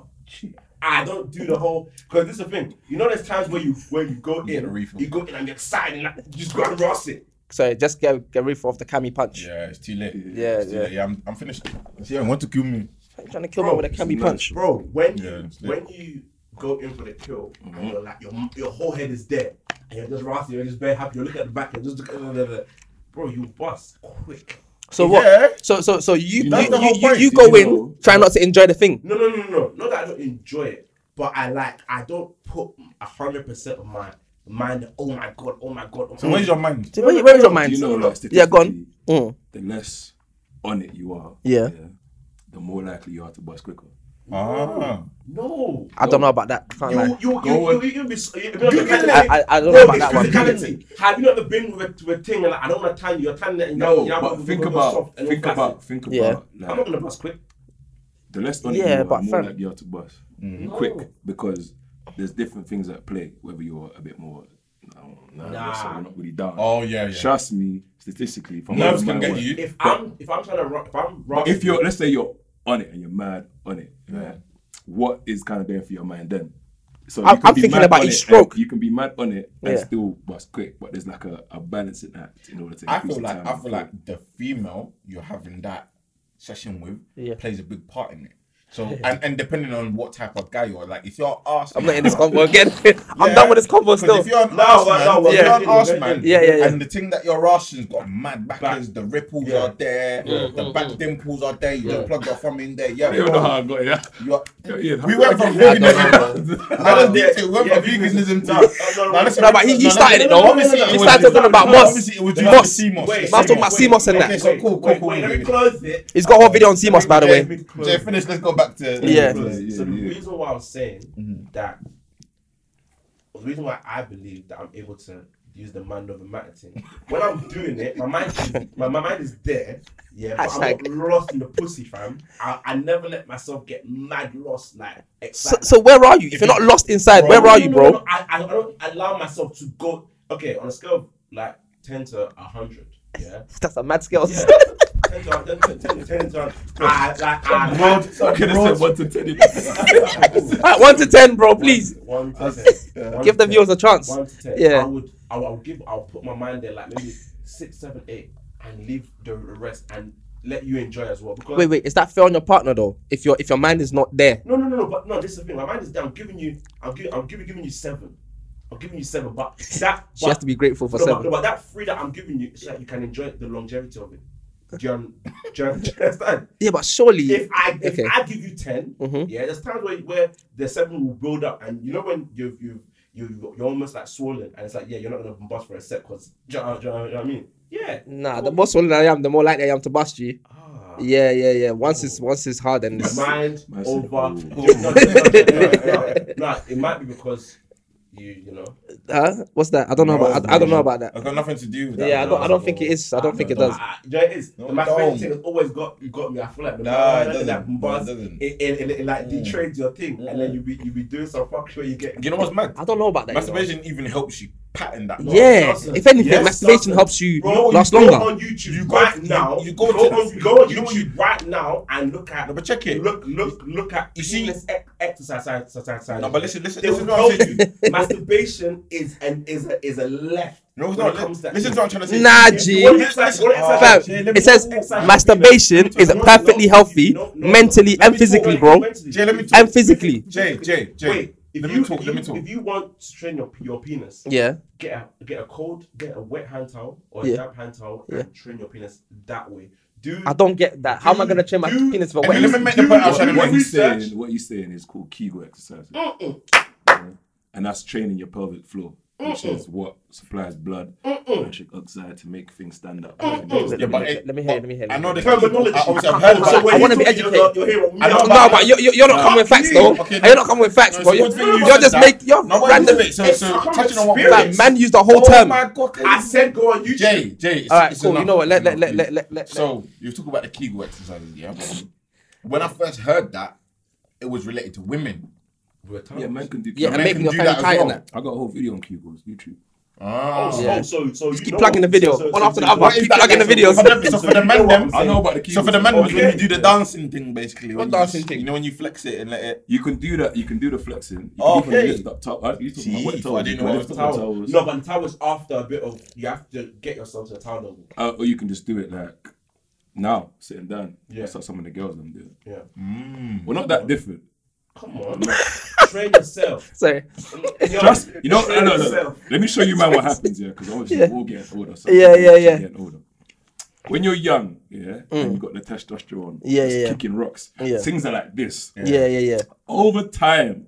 Speaker 3: I don't do the whole because this is the thing. You know, there's times where you where you go
Speaker 5: get a
Speaker 3: in,
Speaker 5: refill.
Speaker 3: you go in and you're excited, and like, you just go and ross it.
Speaker 4: So just get get ready for off the cami punch.
Speaker 5: Yeah, it's too late.
Speaker 4: Yeah,
Speaker 5: It's too
Speaker 4: yeah.
Speaker 5: late. I'm, I'm finished. Yeah, want to kill me.
Speaker 4: You're trying to kill
Speaker 3: Bro,
Speaker 4: me with a cami punch.
Speaker 3: Bro, when
Speaker 5: Yeah, Mm-hmm.
Speaker 3: you
Speaker 5: it's lit.
Speaker 3: when you go in for the kill, and you're like your your whole head is there, and you're just rossing, you're just very happy. You look at the back, you're just looking at the bro. You bust quick.
Speaker 4: So what?
Speaker 5: Yeah.
Speaker 4: So so so you you,
Speaker 5: That's the
Speaker 4: you,
Speaker 5: whole
Speaker 4: you,
Speaker 5: point.
Speaker 4: you
Speaker 5: Did
Speaker 4: go
Speaker 5: you
Speaker 4: in,
Speaker 5: know?
Speaker 4: try not to enjoy the thing.
Speaker 3: No, no, no, no. Not that I don't enjoy it, but I like I don't put a hundred percent of my mind. Oh my god! Oh my god! Oh
Speaker 5: So
Speaker 3: my
Speaker 5: where's your mind?
Speaker 4: So where, where is your
Speaker 6: Do
Speaker 4: mind?
Speaker 6: you know, like,
Speaker 4: yeah, go on.
Speaker 6: statistically,
Speaker 4: Mm.
Speaker 6: the less on it you are,
Speaker 4: Yeah.
Speaker 6: the more likely you are to bust quicker.
Speaker 5: Ah.
Speaker 3: No.
Speaker 4: I don't know about that. I can't lie.
Speaker 3: You, you,
Speaker 5: Go
Speaker 3: you,
Speaker 5: on.
Speaker 3: you, you, be, s- you,
Speaker 4: You can- I- I- I don't know about that one.
Speaker 3: Physicality. Have you not been with, with a thing and like, I don't want to tan you, you're tanning it and
Speaker 6: No,
Speaker 3: you're, you're
Speaker 6: but
Speaker 3: you're
Speaker 6: think
Speaker 3: soft
Speaker 6: about,
Speaker 3: and
Speaker 6: think
Speaker 3: all that.
Speaker 6: about, think about,
Speaker 4: Yeah.
Speaker 3: I'm
Speaker 6: like,
Speaker 3: not gonna bust quick.
Speaker 6: the less honest
Speaker 4: Yeah,
Speaker 6: you are,
Speaker 4: but
Speaker 6: the more
Speaker 4: fam-
Speaker 6: likely you are to bust
Speaker 5: Mm-hmm.
Speaker 3: No.
Speaker 6: quick because there's different things at play. Whether you're a bit more, no, no,
Speaker 3: Nah.
Speaker 6: so we're not really down.
Speaker 5: Oh yeah, yeah.
Speaker 6: Trust me, statistically, from
Speaker 5: Nerves
Speaker 6: my
Speaker 5: can get
Speaker 6: work-
Speaker 5: you.
Speaker 3: If I'm if I'm trying to run, if I'm
Speaker 6: But
Speaker 3: running,
Speaker 6: if you're, let's say you're on it and you're mad on it, right? What is kind of going through your mind then? So
Speaker 4: I'm-
Speaker 6: you can
Speaker 4: I'm
Speaker 6: be
Speaker 4: thinking
Speaker 6: mad
Speaker 4: about
Speaker 6: on
Speaker 4: each
Speaker 6: it
Speaker 4: stroke.
Speaker 6: and You can be mad on it and
Speaker 4: Yeah.
Speaker 6: still bust quick, but there's like a, a balancing act in order to.
Speaker 5: I
Speaker 6: increase the
Speaker 5: feel like
Speaker 6: time
Speaker 5: I
Speaker 6: of
Speaker 5: feel
Speaker 6: thought.
Speaker 5: like the female you're having that session with
Speaker 4: Yeah.
Speaker 5: plays a big part in it. So and, and depending on what type of guy you're like, if you're ass,
Speaker 4: I'm not in this convo again. I'm done with this convo
Speaker 5: Because
Speaker 4: still.
Speaker 5: If you're an
Speaker 3: No,
Speaker 5: arse
Speaker 3: no,
Speaker 5: man,
Speaker 3: no,
Speaker 5: if
Speaker 4: yeah.
Speaker 5: you're an arse man,
Speaker 4: Yeah, yeah, yeah.
Speaker 5: and the thing that your arse has got mad backers, the ripples are there, the back dimples are there, you just plug your thumb in there, yeah.
Speaker 6: I don't even know how I got it.
Speaker 5: You're,
Speaker 6: Yeah,
Speaker 5: we went from
Speaker 6: yeah,
Speaker 5: veganism. I don't
Speaker 3: Yeah,
Speaker 5: get it. We went
Speaker 3: yeah,
Speaker 5: from veganism
Speaker 3: no,
Speaker 5: to.
Speaker 3: no, no,
Speaker 5: Now, listen,
Speaker 4: No, but he, he
Speaker 5: no, no,
Speaker 4: started it
Speaker 5: no, no,
Speaker 4: though.
Speaker 5: no, obviously it
Speaker 4: he
Speaker 5: was
Speaker 4: started
Speaker 5: just-
Speaker 4: talking about
Speaker 5: no,
Speaker 4: Moss.
Speaker 5: Obviously, it was
Speaker 4: Moss.
Speaker 5: just CMOS.
Speaker 3: Wait,
Speaker 4: Man's talking about
Speaker 3: wait,
Speaker 4: CMOS and
Speaker 3: wait,
Speaker 4: that.
Speaker 5: Okay, so cool, cool,
Speaker 3: wait,
Speaker 5: cool.
Speaker 3: Wait, let me
Speaker 5: wait.
Speaker 3: close it.
Speaker 4: He's got a whole video on CMOS, by the
Speaker 5: Yeah,
Speaker 4: way.
Speaker 5: mid-close. So finish. Let's go back to
Speaker 4: Yeah. Mm-hmm.
Speaker 3: So the
Speaker 6: Yeah, yeah.
Speaker 3: reason why I was saying that, the reason why I believe that I'm able to use the man over matter thing, when I'm doing it, my mind is, my, my mind is there. Yeah, but I'm not lost in the pussy, fam. I, I never let myself get mad lost, like
Speaker 4: So,
Speaker 3: excited.
Speaker 4: so where are you? If you're not lost inside, where
Speaker 5: Bro.
Speaker 4: are you, bro?
Speaker 3: I, I don't allow myself to go. Okay, on a scale of like ten to hundred, yeah.
Speaker 4: That's a mad scale.
Speaker 3: Yeah. 10 to 10 to 10 to 10 to I like I
Speaker 6: I could have said one to ten.
Speaker 4: Alright, one to ten, bro. Please
Speaker 3: One to 10. One
Speaker 4: give
Speaker 3: to
Speaker 4: the
Speaker 3: 10.
Speaker 4: viewers a chance.
Speaker 3: One to 10.
Speaker 4: Yeah.
Speaker 3: I would I would, I would give I'll put my mind there like maybe six, seven, eight and leave the rest and let you enjoy as well. Because
Speaker 4: Wait, wait. Is that fair on your partner though? If your if your mind is not there,
Speaker 3: No, no, no, no. But no, this is the thing. My mind is there. I'm giving you. I'm giving. I'm giving, giving you seven. I'm giving you seven. But that.
Speaker 4: She
Speaker 3: but-
Speaker 4: has to be grateful for
Speaker 3: no,
Speaker 4: seven.
Speaker 3: But, no, but that three that I'm giving you, it's like you can enjoy the longevity of it. Do you, un- do you understand?
Speaker 4: yeah, but surely.
Speaker 3: If I if
Speaker 4: okay.
Speaker 3: I give you 10
Speaker 4: Mhm.
Speaker 3: yeah, there's times where, where the seven will build up, and you know when you you you you're almost like swollen, and it's like yeah, you're not gonna bust for a sec because do you know, do you know what I mean? Yeah.
Speaker 4: Nah, the more swollen I am, the more likely I am to bust you.
Speaker 3: Ah.
Speaker 4: Yeah, yeah, yeah. Once it's once it's hard and it's,
Speaker 3: mind
Speaker 6: Mind
Speaker 3: over.
Speaker 6: over-
Speaker 3: No, no, no, no, no, no, it might be because you, you know.
Speaker 4: huh? what's that? I don't know about I, I don't know about that.
Speaker 5: It's got nothing to do with that.
Speaker 4: Yeah, I
Speaker 5: bro.
Speaker 4: don't I don't think it is. I don't think it does.
Speaker 3: I, I, you know, it is.
Speaker 5: No,
Speaker 3: the mathematical
Speaker 5: don't.
Speaker 3: thing has always got you got me. I feel like the
Speaker 5: Nah,
Speaker 3: mathematical
Speaker 5: it
Speaker 3: thing
Speaker 5: doesn't.
Speaker 3: that buzz,
Speaker 5: It doesn't. Mm.
Speaker 3: It, it, it, it like detrades your thing, and then you be you be doing some fuck shit. You get
Speaker 5: You know what's mad?
Speaker 4: I don't know about that. you know.
Speaker 5: Masturbation even helps you pattern that. dog.
Speaker 4: Yeah,
Speaker 3: doesn't.
Speaker 4: if anything,
Speaker 3: Yes,
Speaker 4: masturbation
Speaker 3: doesn't.
Speaker 4: helps you
Speaker 3: Bro, you
Speaker 4: last
Speaker 3: go
Speaker 4: longer.
Speaker 3: on YouTube
Speaker 5: You go-
Speaker 3: right
Speaker 5: you-
Speaker 3: now.
Speaker 5: you
Speaker 3: You
Speaker 5: go
Speaker 3: go,
Speaker 5: to-
Speaker 3: on, go on
Speaker 5: you know what
Speaker 3: YouTube
Speaker 5: you-
Speaker 3: right now and look at.
Speaker 5: No, but check it.
Speaker 3: Look, look, look at.
Speaker 5: You see-
Speaker 3: penis ex- exercise, exercise, exercise.
Speaker 5: No, but listen, listen,
Speaker 3: They
Speaker 5: listen
Speaker 3: will
Speaker 5: to what I'm
Speaker 3: tell
Speaker 5: saying.
Speaker 3: you masturbation is an is a is a left.
Speaker 5: No, it's
Speaker 3: when
Speaker 5: not.
Speaker 3: it comes to-
Speaker 5: Listen to what I'm trying to say.
Speaker 4: Nah,
Speaker 3: If
Speaker 4: G.
Speaker 3: you want exercise- you want
Speaker 5: Oh,
Speaker 4: Fam,
Speaker 3: exercise-
Speaker 5: Jay, let me
Speaker 4: it says
Speaker 5: talk.
Speaker 3: exercise-
Speaker 4: masturbation is
Speaker 3: No,
Speaker 4: perfectly
Speaker 3: no,
Speaker 4: healthy,
Speaker 3: no, no,
Speaker 4: mentally
Speaker 3: no.
Speaker 4: and
Speaker 3: Let me talk,
Speaker 4: physically,
Speaker 3: wait,
Speaker 4: bro,
Speaker 3: mentally.
Speaker 5: Jay, let me talk.
Speaker 4: and physically.
Speaker 5: Jay, Jay, Jay.
Speaker 3: Wait, if
Speaker 5: let
Speaker 3: you,
Speaker 5: me talk.
Speaker 3: if
Speaker 5: Let me
Speaker 3: you-
Speaker 5: talk.
Speaker 3: If you want to train your your penis,
Speaker 4: Yeah,
Speaker 3: get a get a cold, get a wet hand towel or
Speaker 4: Yeah.
Speaker 3: a damp hand towel,
Speaker 4: Yeah.
Speaker 3: and train your penis that way. Do
Speaker 4: I don't get that. How am I gonna train my
Speaker 3: Dude,
Speaker 4: penis for
Speaker 5: Okay,
Speaker 4: wet?
Speaker 5: let me make the point I was trying to
Speaker 6: what,
Speaker 5: make.
Speaker 6: you
Speaker 3: research.
Speaker 6: saying, what you saying is called Kegel exercise,
Speaker 3: Mm-mm.
Speaker 6: yeah? and that's training your pelvic floor, which is what supplies blood nitric oxide to make things stand up.
Speaker 5: Yeah, but
Speaker 4: Let-
Speaker 5: it-
Speaker 4: let me hear it, let me hear it.
Speaker 5: I know the
Speaker 3: terminology.
Speaker 5: I- Obviously, I've heard
Speaker 4: I- I
Speaker 5: about
Speaker 4: wanna be educated.
Speaker 3: You're, here with me.
Speaker 5: I know
Speaker 3: I'm
Speaker 5: about-
Speaker 4: No, but you're, you're you're not
Speaker 5: Nah.
Speaker 4: coming with facts though.
Speaker 5: Okay,
Speaker 4: you're not coming with facts,
Speaker 5: No,
Speaker 4: bro.
Speaker 5: it's
Speaker 4: You're,
Speaker 5: good thing you
Speaker 4: you're
Speaker 5: said
Speaker 4: just
Speaker 5: that.
Speaker 4: make you're
Speaker 5: No, but
Speaker 4: random.
Speaker 5: listen, So,
Speaker 3: It's
Speaker 5: so
Speaker 3: common
Speaker 5: touching on what
Speaker 3: experience.
Speaker 4: Fam, man used the whole
Speaker 5: oh
Speaker 4: term.
Speaker 5: my god, can
Speaker 3: I
Speaker 5: you-
Speaker 3: said go on YouTube.
Speaker 5: Jay, Jay. It's,
Speaker 4: Alright,
Speaker 5: it's
Speaker 4: cool, you
Speaker 5: enough.
Speaker 4: know what, let-
Speaker 5: It's
Speaker 4: let-
Speaker 5: enough,
Speaker 4: let-
Speaker 5: please.
Speaker 4: let- let-
Speaker 5: So you talk about the Kegel exercises, yeah. When I first heard that, it was related to women.
Speaker 6: Yeah, man can do.
Speaker 4: Yeah,
Speaker 5: Your
Speaker 4: and
Speaker 5: man
Speaker 4: making
Speaker 5: can
Speaker 4: your
Speaker 5: do
Speaker 4: family
Speaker 5: that as
Speaker 4: tight and
Speaker 5: well.
Speaker 4: that.
Speaker 6: I got a whole video on Kegels YouTube.
Speaker 5: Ah.
Speaker 3: Oh,
Speaker 4: Yeah.
Speaker 3: so, so you
Speaker 4: Just keep
Speaker 3: know
Speaker 4: plugging the
Speaker 3: what-
Speaker 4: video,
Speaker 3: so- so-
Speaker 4: one after
Speaker 3: so-
Speaker 4: the other.
Speaker 5: What is
Speaker 4: Keep
Speaker 5: that
Speaker 4: plugging the
Speaker 5: like?
Speaker 4: videos.
Speaker 5: So for the, so for the
Speaker 3: You know
Speaker 5: man,
Speaker 3: what
Speaker 5: them,
Speaker 6: I know about the Kegels.
Speaker 5: so for the man, okay.
Speaker 3: Okay.
Speaker 5: when you do the dancing thing, basically, when
Speaker 4: What
Speaker 5: you
Speaker 4: dancing
Speaker 5: just-
Speaker 4: thing?
Speaker 5: You know when you flex it and let it.
Speaker 6: You can do that. You can do the flexing. You
Speaker 5: Oh,
Speaker 6: can even
Speaker 5: okay.
Speaker 6: lift up top. You talking about
Speaker 5: Jeez,
Speaker 6: wet towels?
Speaker 5: I didn't
Speaker 6: you
Speaker 5: know
Speaker 6: can
Speaker 5: what
Speaker 6: lift
Speaker 5: towel-
Speaker 6: up the towels.
Speaker 3: No, but the towel's after a bit of you have to get yourself to the towel level.
Speaker 6: Uh, or you can just do it like now, sitting down.
Speaker 3: Yeah.
Speaker 6: That's how some of the girls them do. it.
Speaker 3: Yeah.
Speaker 6: We're not that different.
Speaker 3: Come on. Train yourself.
Speaker 4: Sorry.
Speaker 3: Yo,
Speaker 6: Just you know, no,
Speaker 3: train
Speaker 6: no, no.
Speaker 3: yourself.
Speaker 6: Let me show you man what happens here, because obviously
Speaker 4: Yeah.
Speaker 6: we're all getting older. So
Speaker 4: Yeah, yeah,
Speaker 6: we're
Speaker 4: yeah.
Speaker 6: Getting older. When you're young, yeah, and you got the testosterone,
Speaker 4: Yeah,
Speaker 6: just
Speaker 4: yeah, yeah.
Speaker 6: kicking rocks.
Speaker 4: Yeah.
Speaker 6: Things are like this.
Speaker 4: Yeah, yeah, yeah.
Speaker 6: Over time,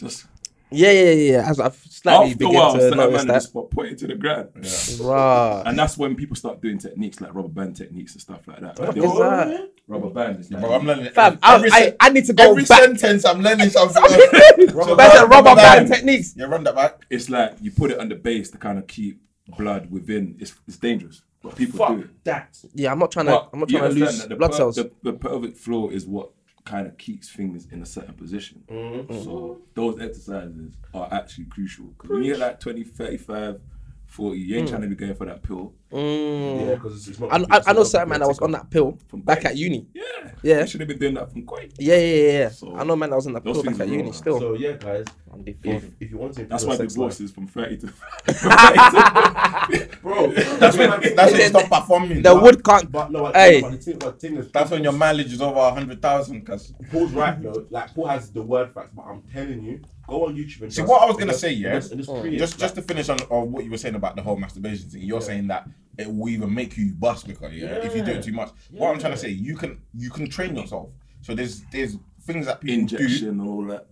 Speaker 6: just
Speaker 4: Yeah, yeah, yeah. yeah. As I've slightly
Speaker 6: After a
Speaker 4: begun
Speaker 6: while,
Speaker 4: to
Speaker 6: send that man
Speaker 4: notice
Speaker 6: in the
Speaker 4: that.
Speaker 6: spot, put it to the ground.
Speaker 4: Bruh.
Speaker 6: And that's when people start doing techniques like rubber band techniques and stuff like that. Like they
Speaker 4: is
Speaker 6: all-
Speaker 4: that?
Speaker 6: Rubber band is like
Speaker 5: Bro, I'm learning.
Speaker 4: Fam, I,
Speaker 5: every
Speaker 4: I,
Speaker 5: sen-
Speaker 4: I need to go
Speaker 5: every
Speaker 4: back.
Speaker 5: sentence, I'm learning something.
Speaker 4: Rubber band,
Speaker 5: Rubber
Speaker 4: rubber band
Speaker 5: band.
Speaker 4: techniques.
Speaker 5: yeah, run that back.
Speaker 6: it's like you put it on the base to kind of keep blood within. It's, it's dangerous, but people do
Speaker 3: Fuck
Speaker 6: it.
Speaker 3: that.
Speaker 4: Yeah, I'm not trying to.
Speaker 6: But
Speaker 4: I'm not
Speaker 6: you
Speaker 4: trying to
Speaker 6: understand
Speaker 4: lose
Speaker 6: that the
Speaker 4: blood
Speaker 6: per-
Speaker 4: cells.
Speaker 6: The, the pelvic floor is what kind of keeps things in a certain position. So those exercises are actually crucial. 'Cause when you get like 20, 35, 40, you
Speaker 4: Mm.
Speaker 6: ain't trying to be going for that pill.
Speaker 3: Yeah, because it's, it's not.
Speaker 4: I, I, I know certain man that was on that pill back at uni.
Speaker 6: Yeah,
Speaker 4: Yeah.
Speaker 6: You should have been doing that from quite.
Speaker 4: Yeah, yeah, yeah. yeah.
Speaker 6: So,
Speaker 4: I know man that was on that
Speaker 6: those
Speaker 4: pill back
Speaker 6: things
Speaker 4: at
Speaker 6: are
Speaker 4: uni
Speaker 6: wrong,
Speaker 4: still.
Speaker 3: So yeah, guys,
Speaker 4: I'm deep
Speaker 3: if, if you want to,
Speaker 6: That's
Speaker 3: improve
Speaker 6: why
Speaker 3: your sex
Speaker 6: divorce
Speaker 3: life-
Speaker 6: is from 30 to. 30 to-
Speaker 3: bro.
Speaker 5: That's when that's when
Speaker 4: The-
Speaker 5: you stop performing.
Speaker 4: the wood can't.
Speaker 3: But no, like,
Speaker 4: Hey.
Speaker 3: but the thing, but the thing is,
Speaker 5: That's when your mileage is over hundred thousand. Cause
Speaker 3: Paul's right though. Like Paul has the word facts, but I'm telling you, go on YouTube and
Speaker 5: See,
Speaker 3: just-
Speaker 5: what I was gonna
Speaker 3: just-
Speaker 5: say, yeah,
Speaker 3: just- just free it.
Speaker 5: just just to finish on, on what you were saying about the whole masturbation thing, you're saying that it will even make you bust quicker, yeah, if you do it too much. What I'm trying to say, you can you can train yourself. So there's there's things that people do.
Speaker 6: Injection and all that.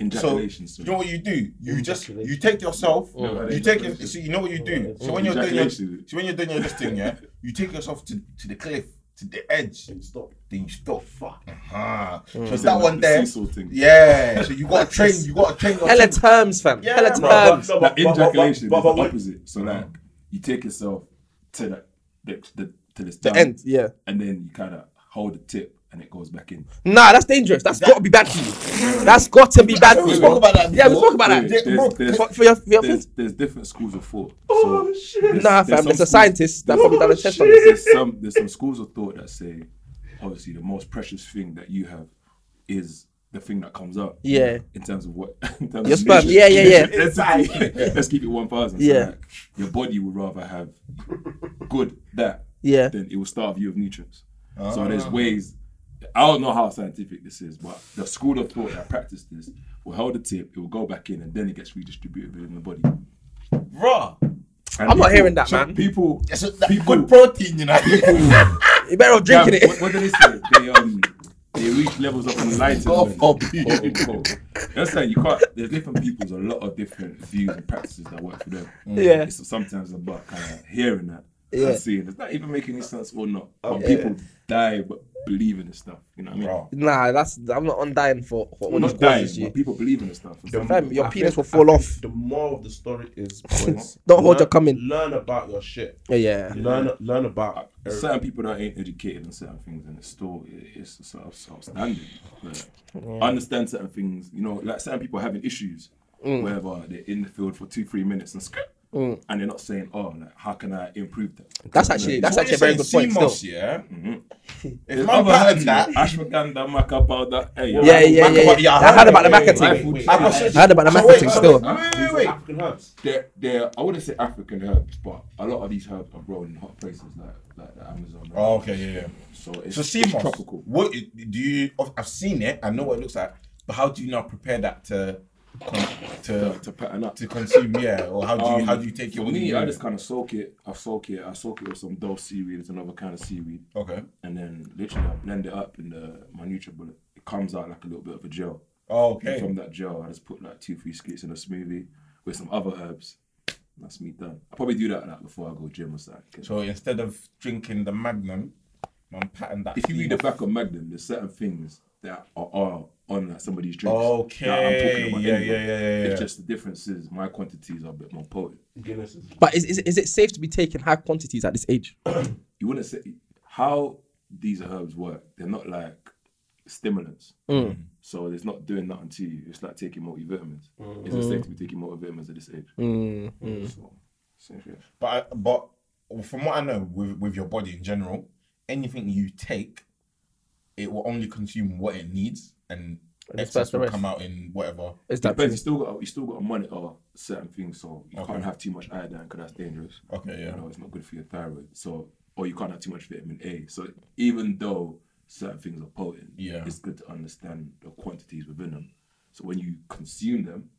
Speaker 5: So
Speaker 6: Ejaculation.
Speaker 5: you know what you do? You just
Speaker 3: Ejaculation.
Speaker 5: you take yourself.
Speaker 6: but
Speaker 5: You take it.
Speaker 6: ejaculation.
Speaker 5: So you know what you do. So when you're doing your, so
Speaker 6: Ejaculation.
Speaker 5: when you're doing your this thing, yeah, you take yourself to, to the cliff, to the edge,
Speaker 3: And stop.
Speaker 5: then you stop. Fuck. Uh-huh. So
Speaker 6: She's
Speaker 5: that
Speaker 6: saying
Speaker 5: one
Speaker 6: Mm. like the
Speaker 5: there.
Speaker 6: seesaw thing.
Speaker 5: Yeah. So you got to train. You got to train your.
Speaker 4: Hella
Speaker 5: thing.
Speaker 4: terms, fam.
Speaker 5: Yeah,
Speaker 4: Hella
Speaker 5: bro,
Speaker 3: But-
Speaker 4: terms.
Speaker 3: no,
Speaker 6: Like
Speaker 3: but- but- but-
Speaker 6: ejaculation
Speaker 3: but- but
Speaker 6: is the
Speaker 3: when-
Speaker 6: opposite. So like you take yourself to the, the, the to the,
Speaker 4: The
Speaker 6: stamp,
Speaker 4: end, yeah.
Speaker 6: and then you kind of hold the tip and it goes back in.
Speaker 4: Nah, that's dangerous. That's got to be bad for you. That's got to be bad for
Speaker 5: We
Speaker 4: you.
Speaker 5: spoke about that
Speaker 4: Yeah, we
Speaker 5: before.
Speaker 4: spoke about that.
Speaker 6: There's-
Speaker 5: bro,
Speaker 6: there's-
Speaker 4: for- for your- for your
Speaker 6: there's,
Speaker 4: friends?
Speaker 6: there's different schools of thought.
Speaker 3: Oh,
Speaker 6: So
Speaker 3: shit.
Speaker 4: Nah, fam.
Speaker 6: some
Speaker 4: There's a
Speaker 6: schools-
Speaker 4: scientist that
Speaker 6: there's-
Speaker 4: probably done a test on this.
Speaker 6: There's some there's some schools of thought that say, obviously, the most precious thing that you have is the thing that comes up.
Speaker 4: Yeah.
Speaker 6: In terms of what? In terms
Speaker 4: Your
Speaker 6: of
Speaker 4: sperm.
Speaker 6: nutrition.
Speaker 4: Yeah, yeah, yeah.
Speaker 6: Let's, keep, let's keep it one thousand. So,
Speaker 4: Yeah.
Speaker 6: like, your body would rather have good that.
Speaker 4: Yeah.
Speaker 6: Then it will starve you of nutrients. So there's ways. I don't know how scientific this is, but the school of thought that practiced this will hold the tip, it will go back in, and then it gets redistributed within the body.
Speaker 5: raw.
Speaker 6: And
Speaker 4: I'm not hearing that, man.
Speaker 6: People,
Speaker 5: It's a, that
Speaker 6: people,
Speaker 5: good protein, you know.
Speaker 4: You better off
Speaker 6: Yeah,
Speaker 4: drinking it.
Speaker 6: What, what do they say? They um, they reach levels of enlightenment.
Speaker 5: Golf
Speaker 6: quote,
Speaker 5: copy.
Speaker 6: unquote. That's like you can't. There's different peoples, a lot of different views and practices that work for them. Mm.
Speaker 4: Yeah.
Speaker 6: It's sometimes about kind of hearing that
Speaker 4: Yeah.
Speaker 6: and seeing. Does that even make any sense or not? But people die but believing this stuff. You know what I mean?
Speaker 5: Bro.
Speaker 4: Nah, that's I'm not undying for, for all these
Speaker 6: Not dying,
Speaker 4: causes.
Speaker 6: but
Speaker 4: You.
Speaker 6: people believing this stuff.
Speaker 3: The-
Speaker 4: Fam, your
Speaker 3: I
Speaker 4: penis
Speaker 3: think-
Speaker 4: will fall
Speaker 3: I think
Speaker 4: off.
Speaker 3: The moral of the story is boys,
Speaker 4: Don't hold
Speaker 3: learn-
Speaker 4: your coming.
Speaker 3: Learn about your shit.
Speaker 4: Yeah, yeah.
Speaker 3: Learn learn about
Speaker 6: There's certain people that ain't educated on certain things, and it's still it's a sort of self-standing. But Understand certain things, you know, like certain people having issues, wherever they're in the field for two, three minutes and script, and they're not saying, "Oh, like, how can I improve that?"
Speaker 4: That's actually that's
Speaker 5: So
Speaker 4: actually a very
Speaker 5: when
Speaker 4: good
Speaker 5: you
Speaker 4: point.
Speaker 5: say CMOS,
Speaker 4: Still.
Speaker 5: yeah. mm-hmm.
Speaker 6: There's
Speaker 5: If man
Speaker 6: other
Speaker 5: pattern
Speaker 6: herbs,
Speaker 5: that,
Speaker 6: you know, ashwagandha, maca powder. Hey,
Speaker 4: Yeah,
Speaker 6: man,
Speaker 4: yeah,
Speaker 5: Maca-
Speaker 4: yeah.
Speaker 5: yeah,
Speaker 4: yeah.
Speaker 5: I
Speaker 4: I heard
Speaker 5: heard
Speaker 4: about the
Speaker 5: about
Speaker 4: mac and
Speaker 3: wait,
Speaker 4: tea.
Speaker 3: wait, wait.
Speaker 5: I got
Speaker 4: I heard about the
Speaker 5: So
Speaker 4: mac and
Speaker 5: wait,
Speaker 4: tea
Speaker 5: hold
Speaker 4: still.
Speaker 5: on. Wait, wait, wait.
Speaker 3: African herbs.
Speaker 6: They're, they're, I wouldn't say African herbs, but a lot of these herbs are grown in hot places like like the Amazon.
Speaker 5: Oh, okay, yeah, yeah.
Speaker 6: So it's,
Speaker 5: So
Speaker 6: it's
Speaker 5: CMOS,
Speaker 6: tropical.
Speaker 5: what i- do you? I've- I've seen it. I know what it looks like. But how do you now prepare that to con-
Speaker 6: To,
Speaker 5: to
Speaker 6: to pattern up.
Speaker 5: to consume? Yeah, or how do you
Speaker 6: Um,
Speaker 5: how do you take it?
Speaker 6: For
Speaker 5: when
Speaker 6: me,
Speaker 5: you-
Speaker 6: I just kind of soak it. I soak it. I soak it with some Dove seaweed. It's another kind of seaweed.
Speaker 5: okay.
Speaker 6: And then literally, I blend it up in the my NutriBullet. It comes out like a little bit of a gel. And
Speaker 5: Oh, okay.
Speaker 6: From that gel, I just put like two, three scoops in a smoothie with some other herbs. And That's me done. I probably do that like before I go gym or something.
Speaker 5: So instead of drinking the Magnum, man, pattern that.
Speaker 6: if you read the
Speaker 5: CMOS.
Speaker 6: back of Magnum, there's certain things that are, are on like some of these drinks.
Speaker 5: Okay.
Speaker 6: That I'm talking about
Speaker 5: Yeah,
Speaker 6: anyway.
Speaker 5: yeah, yeah, yeah, yeah.
Speaker 6: It's just the difference is my quantities are a bit more potent.
Speaker 3: Guinness is
Speaker 4: But is, is is it safe to be taking high quantities at this age?
Speaker 6: you wouldn't say how these herbs work. They're not like stimulants.
Speaker 4: Mm.
Speaker 6: So it's not doing nothing to you. It's like taking multivitamins. Is
Speaker 4: Mm.
Speaker 6: it safe to be taking multivitamins at this age?
Speaker 4: Hmm,
Speaker 6: So, same thing.
Speaker 5: But I- but from what I know, with with your body in general, anything you take, it will only consume what it needs, and
Speaker 4: it's
Speaker 5: excess
Speaker 4: first the
Speaker 5: will
Speaker 4: rest.
Speaker 5: come out in whatever.
Speaker 4: Is that
Speaker 6: Depends.
Speaker 4: true?
Speaker 6: You still got you still got to monitor certain things. So you
Speaker 5: Okay.
Speaker 6: can't have too much iodine because that's dangerous.
Speaker 5: Okay, yeah.
Speaker 6: You know, it's not good for your thyroid. So or you can't have too much vitamin A. So even though certain things are potent,
Speaker 5: Yeah.
Speaker 6: it's good to understand the quantities within them. So when you consume them,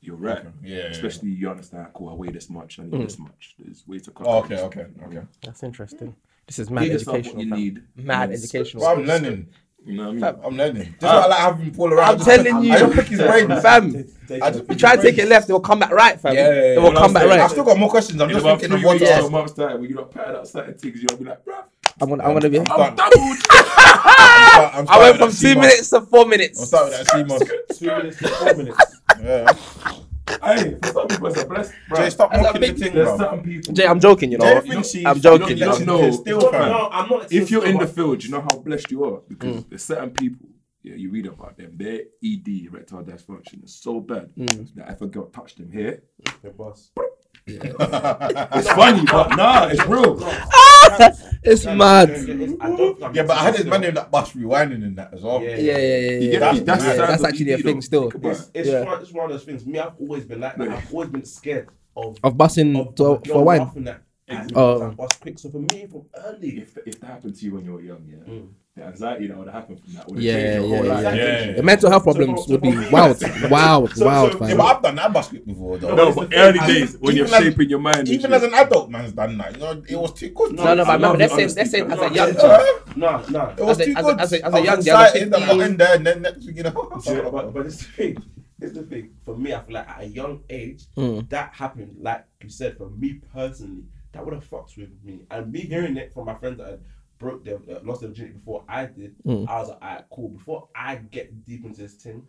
Speaker 6: you're right.
Speaker 5: Yeah, yeah, yeah.
Speaker 6: Especially you understand, cool, I weigh this much, I
Speaker 4: Mm.
Speaker 6: need this much. There's ways to cut.
Speaker 5: Oh,
Speaker 6: it.
Speaker 5: okay, okay, okay.
Speaker 4: That's interesting. This is mad
Speaker 6: Give yourself what
Speaker 4: educational.
Speaker 6: you
Speaker 4: fam.
Speaker 6: need.
Speaker 4: Mad
Speaker 6: And then
Speaker 4: educational.
Speaker 5: Well, I'm learning.
Speaker 6: You know what I mean?
Speaker 5: I'm learning. This is why I like having Paul around.
Speaker 4: I'm telling you,
Speaker 5: I don't pick his brain,
Speaker 4: fam. You try to take it left, it will come back right, fam.
Speaker 5: Yeah, yeah, yeah.
Speaker 4: it will
Speaker 6: Well,
Speaker 4: come
Speaker 6: I'm
Speaker 4: back
Speaker 6: saying-
Speaker 4: right.
Speaker 5: I've still got more questions. I'm
Speaker 6: In
Speaker 5: just
Speaker 6: about
Speaker 5: thinking
Speaker 6: three
Speaker 5: of what
Speaker 6: weeks
Speaker 5: to
Speaker 6: or a
Speaker 5: ask.
Speaker 6: month's time, when you not paired up certain things, you'll be like, bruh,
Speaker 4: I'm gonna, I'm gonna be.
Speaker 5: I'm done. I'm
Speaker 4: I went from
Speaker 5: starting
Speaker 4: two
Speaker 5: at
Speaker 4: minutes to four
Speaker 5: C-Mas. I'm
Speaker 4: minutes.
Speaker 5: starting at C-Mas.
Speaker 3: Two minutes to four minutes.
Speaker 5: Yeah.
Speaker 6: hey, for some people it's a blessing, bruh.
Speaker 5: Jay, stop
Speaker 4: That's a
Speaker 5: mocking the
Speaker 4: big-
Speaker 5: thing,
Speaker 6: There's
Speaker 5: bro.
Speaker 6: certain people.
Speaker 4: Jay, I'm joking, you know.
Speaker 5: Jay
Speaker 6: you
Speaker 5: thinks she's-
Speaker 4: I'm
Speaker 5: you don't
Speaker 4: joking.
Speaker 5: let
Speaker 6: You
Speaker 5: him
Speaker 6: don't know.
Speaker 5: Still, fam.
Speaker 3: No, I'm not.
Speaker 6: if you're in the
Speaker 3: but
Speaker 6: field, you know how blessed you are because
Speaker 4: Mm.
Speaker 6: there's certain people. Yeah, you read about them. Their ED, erectile dysfunction, is so bad
Speaker 4: Mm.
Speaker 6: that if a girl touched them here,
Speaker 3: the boss.
Speaker 6: it's funny, but nah, it's real.
Speaker 4: It's
Speaker 3: I
Speaker 4: mad.
Speaker 3: don't think-
Speaker 5: Yeah, but I had his man in that bus rewinding in that as well.
Speaker 3: Yeah.
Speaker 4: Yeah, yeah, yeah.
Speaker 6: That's-
Speaker 4: yeah. Yeah,
Speaker 6: that's
Speaker 4: yeah,
Speaker 6: the
Speaker 4: that's
Speaker 6: sound of
Speaker 4: actually a
Speaker 6: ED
Speaker 4: thing
Speaker 6: though.
Speaker 4: still.
Speaker 6: Think about
Speaker 3: It's,
Speaker 6: it.
Speaker 3: it's,
Speaker 4: Yeah.
Speaker 3: one, it's one of those things. Me, I've always been like that. I've always been scared of
Speaker 4: Of busing
Speaker 3: of
Speaker 4: to,
Speaker 3: girl
Speaker 4: Um, for wine.
Speaker 3: laughing at- at
Speaker 4: Oh.
Speaker 3: oh. Boss quick. So for me, from early,
Speaker 6: If, if that happened to you when you were young, yeah, the anxiety that would have happened from that would have
Speaker 4: Mm. Yeah,
Speaker 6: changed your whole
Speaker 4: yeah,
Speaker 6: life.
Speaker 3: yeah.
Speaker 4: The mental health problems
Speaker 3: so
Speaker 4: would be
Speaker 3: for-
Speaker 4: wild, wild, wild,
Speaker 3: so-
Speaker 5: Yeah,
Speaker 4: fam.
Speaker 5: but I've done that bus clip before, though.
Speaker 6: No, but early
Speaker 5: I-
Speaker 6: days when you're
Speaker 5: even as-
Speaker 6: shaping your mind, and
Speaker 5: Even
Speaker 6: shit.
Speaker 5: as an adult, man's done that. You know, it was too good.
Speaker 4: No, no, but
Speaker 6: I
Speaker 4: I
Speaker 6: love the
Speaker 4: remember they're saying, they're
Speaker 6: honesty,
Speaker 4: saying as
Speaker 6: fam.
Speaker 4: a young
Speaker 5: Yeah.
Speaker 4: child.
Speaker 3: no, no.
Speaker 5: It
Speaker 4: As
Speaker 5: was
Speaker 4: a- as
Speaker 5: too
Speaker 4: a-
Speaker 5: good.
Speaker 4: as a- as a
Speaker 5: I was
Speaker 4: young girl,
Speaker 5: excited, I got
Speaker 4: 15.
Speaker 5: in there, and then next thing you
Speaker 3: Yeah,
Speaker 5: know.
Speaker 3: but, but it's the thing. It's the thing. For me, I feel like at a young age, that happened. Like you said, for me personally, that would have fucked with me. And me hearing it from my friends that had broke their uh, lost their virginity before I did, I was like, alright, cool. Before I get deep into this thing,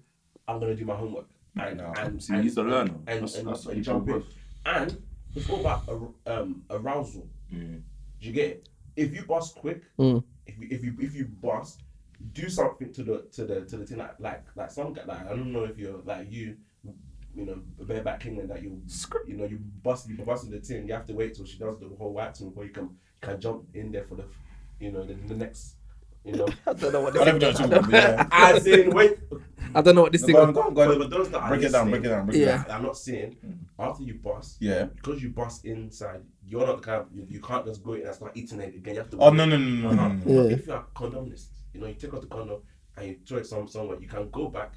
Speaker 3: I'm gonna do my homework. And,
Speaker 5: No,
Speaker 3: and,
Speaker 6: see, he's a learner.
Speaker 3: And,
Speaker 6: That's-
Speaker 3: and,
Speaker 6: that's what
Speaker 3: and
Speaker 6: you
Speaker 3: jump in.
Speaker 6: progress.
Speaker 3: And it's all about ar- um, arousal. Do you get it? If you bust quick,
Speaker 5: Mm.
Speaker 3: if you if you if you bust, do something to the to the to the thing like like like some guy like I don't know if you're like you you know bareback king and that you you know you bust you bust the thing you have to wait till she does the whole white thing before you can can jump in there for the you know the, the next you know
Speaker 4: I don't know what this,
Speaker 5: I never done something like that.
Speaker 3: as in wait
Speaker 4: I don't know what this thing
Speaker 5: Go on, go on, go
Speaker 3: but,
Speaker 5: on.
Speaker 3: but those that are
Speaker 5: Break it down, break
Speaker 3: listening-
Speaker 5: it down, break it
Speaker 4: Yeah.
Speaker 5: down. Mm.
Speaker 3: I'm not saying after you bust,
Speaker 5: Yeah.
Speaker 3: because you bust inside, you're not the kind of, you, you can't just go in and start eating it again. You have to.
Speaker 5: Oh, no, no, no, no, no,
Speaker 3: Uh-huh.
Speaker 5: no.
Speaker 3: But If you are condomnist, you know, you take out the condom and you throw it some somewhere, you can go back,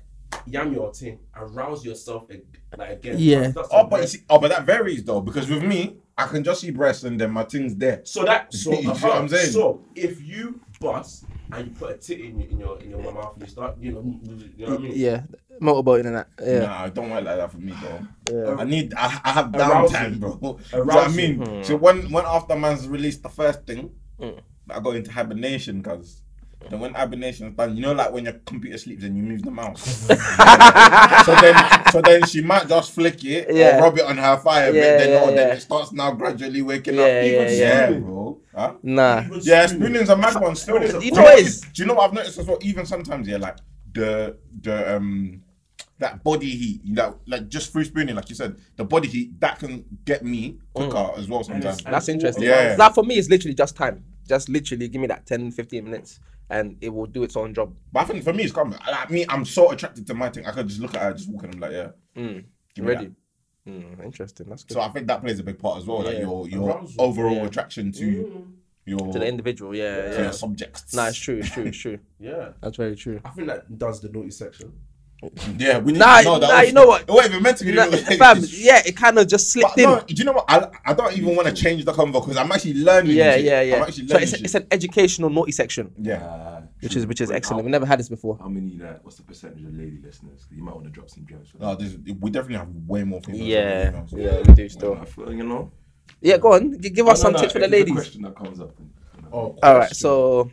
Speaker 3: yam your thing, and rouse yourself ag- like again.
Speaker 4: Yeah.
Speaker 3: That's
Speaker 5: Oh,
Speaker 3: the
Speaker 5: but you
Speaker 3: best.
Speaker 5: see, oh, but that varies though because with me, I can just see breasts and then my thing's there.
Speaker 3: so that so
Speaker 5: You see what
Speaker 3: uh-huh.
Speaker 5: I'm saying?
Speaker 3: so if you bust and you put a tit in your in your in your mouth and you start you know you know what I mean
Speaker 4: Yeah, motorboating and that. Yeah.
Speaker 5: Nah, I don't work like that for me though. I need, I, I have
Speaker 3: Arousal.
Speaker 5: downtime, bro. You know what I
Speaker 3: Arousal.
Speaker 5: mean?
Speaker 4: Hmm.
Speaker 5: So when when after man's released the first thing, I go into hibernation because. Then when hibernation's done, you know, like when your computer sleeps and you move the mouse. so then, so then she might just flick it
Speaker 4: Yeah.
Speaker 5: or rub it on her
Speaker 4: Yeah,
Speaker 5: fire, but then,
Speaker 4: yeah,
Speaker 5: oh, then
Speaker 4: yeah.
Speaker 5: it starts now gradually waking
Speaker 4: Yeah,
Speaker 5: up.
Speaker 4: yeah, yeah.
Speaker 5: bro. Huh?
Speaker 4: Nah.
Speaker 3: Even
Speaker 5: Yeah,
Speaker 3: screaming.
Speaker 5: spooning's a mad one. Still,
Speaker 4: You
Speaker 5: Do
Speaker 4: know
Speaker 5: what
Speaker 4: it is.
Speaker 5: Do you know what I've noticed as well? Even sometimes, yeah, like the the um that body heat, you know, like just through spooning, like you said, the body heat that can get me quicker
Speaker 4: Mm.
Speaker 5: as well sometimes.
Speaker 4: That's interesting.
Speaker 5: Yeah.
Speaker 4: Like for me, it's literally just time. Just literally give me that 10, 15 minutes and it will do its own job.
Speaker 5: But I think for me, it's coming. Like me, I'm so attracted to my thing. I could just look at her, just walk, and I'm like, yeah. Give me
Speaker 4: Ready?
Speaker 5: that.
Speaker 4: Mm, interesting. That's good.
Speaker 5: So I think that plays a big part as well, like
Speaker 4: Yeah.
Speaker 5: your your
Speaker 3: Arousal. Mm.
Speaker 5: overall
Speaker 4: Yeah.
Speaker 5: attraction to your
Speaker 4: to the individual, yeah,
Speaker 5: to
Speaker 4: yeah.
Speaker 5: your subjects.
Speaker 4: Nah, it's true, it's true, it's true.
Speaker 3: yeah.
Speaker 4: That's very true.
Speaker 3: I think that does the naughty section.
Speaker 5: Yeah, we need
Speaker 4: Nah,
Speaker 5: to know that.
Speaker 4: nah,
Speaker 5: was-
Speaker 4: you know what?
Speaker 5: It wasn't even meant to be.
Speaker 4: Nah, fam, yeah, it kind of just
Speaker 5: But
Speaker 4: slipped in.
Speaker 5: no, do you know what? I, I don't even want to change the convo because I'm actually learning.
Speaker 4: yeah,
Speaker 5: shit.
Speaker 4: yeah, yeah.
Speaker 5: I'm actually
Speaker 4: So
Speaker 5: learning.
Speaker 4: it's, a,
Speaker 5: shit.
Speaker 4: it's an educational naughty section,
Speaker 5: yeah.
Speaker 6: Uh,
Speaker 4: which is which is
Speaker 6: How-
Speaker 4: excellent. We've never had this before.
Speaker 6: How many like what's the percentage of lady listeners? You might want to drop some gems. For
Speaker 5: No, there's, we definitely have way more females.
Speaker 4: Yeah,
Speaker 5: than males.
Speaker 4: yeah, we do
Speaker 6: that.
Speaker 4: still.
Speaker 6: I feel, you know.
Speaker 4: Yeah, go on, G- give us
Speaker 6: Oh, No,
Speaker 4: some
Speaker 6: no, no,
Speaker 4: tips for the
Speaker 6: if there's a
Speaker 4: ladies.
Speaker 6: question that comes up.
Speaker 3: Oh,
Speaker 4: All right, so.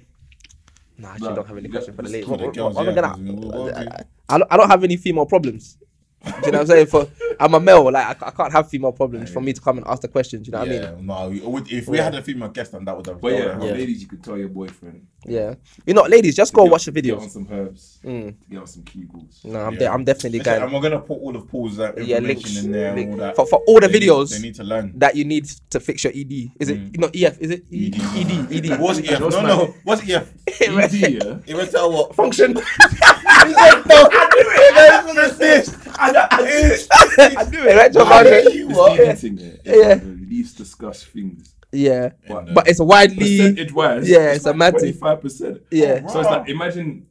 Speaker 4: Nah, I actually
Speaker 6: Nah,
Speaker 4: don't have any
Speaker 6: you
Speaker 4: question
Speaker 6: got-
Speaker 4: for the
Speaker 6: let's
Speaker 4: ladies.
Speaker 5: For the
Speaker 4: What-
Speaker 5: girls,
Speaker 4: what- what
Speaker 5: yeah,
Speaker 4: am I gonna-
Speaker 5: 'cause we- we'll- we'll-
Speaker 4: I don't, I don't have any female problems. Do you know what I'm saying? For I'm a male, like I, I can't have female problems for me to come and ask the questions. Do you know what I mean?
Speaker 5: yeah, no, we- we- if we had a female guest, then that would have.
Speaker 6: But yeah,
Speaker 5: that would have-
Speaker 6: ladies, you could tell your boyfriend.
Speaker 4: Yeah. You know, ladies, just go
Speaker 6: to get-
Speaker 4: watch the
Speaker 6: to Get on
Speaker 4: videos. Mm.
Speaker 6: some herbs. To get on some kegels.
Speaker 4: No, I'm,
Speaker 5: yeah.
Speaker 4: de- I'm definitely
Speaker 5: Listen,
Speaker 4: going.
Speaker 5: and we're gonna put all of Paul's uh, information
Speaker 4: Yeah, links
Speaker 5: in there
Speaker 4: link-
Speaker 5: and all that.
Speaker 4: for, for all the
Speaker 5: They need-
Speaker 4: videos
Speaker 5: they need to learn.
Speaker 4: that you need to fix your ED. Is it no EF? Is it E- ED? ED.
Speaker 5: What's EF? E No, no. What's E EF?
Speaker 6: ED, yeah.
Speaker 5: Erectile what?
Speaker 4: function? I do it. Right, John Margaret?
Speaker 5: You
Speaker 6: This
Speaker 5: are.
Speaker 6: ED thing, yeah. It's one of the least discussed things.
Speaker 4: Yeah,
Speaker 6: But-
Speaker 4: but it's widely.
Speaker 6: Percentage wise,
Speaker 4: yeah, it's a mad thing.
Speaker 6: twenty five percent.
Speaker 4: Yeah.
Speaker 5: Oh,
Speaker 6: So it's
Speaker 5: wow.
Speaker 6: like imagine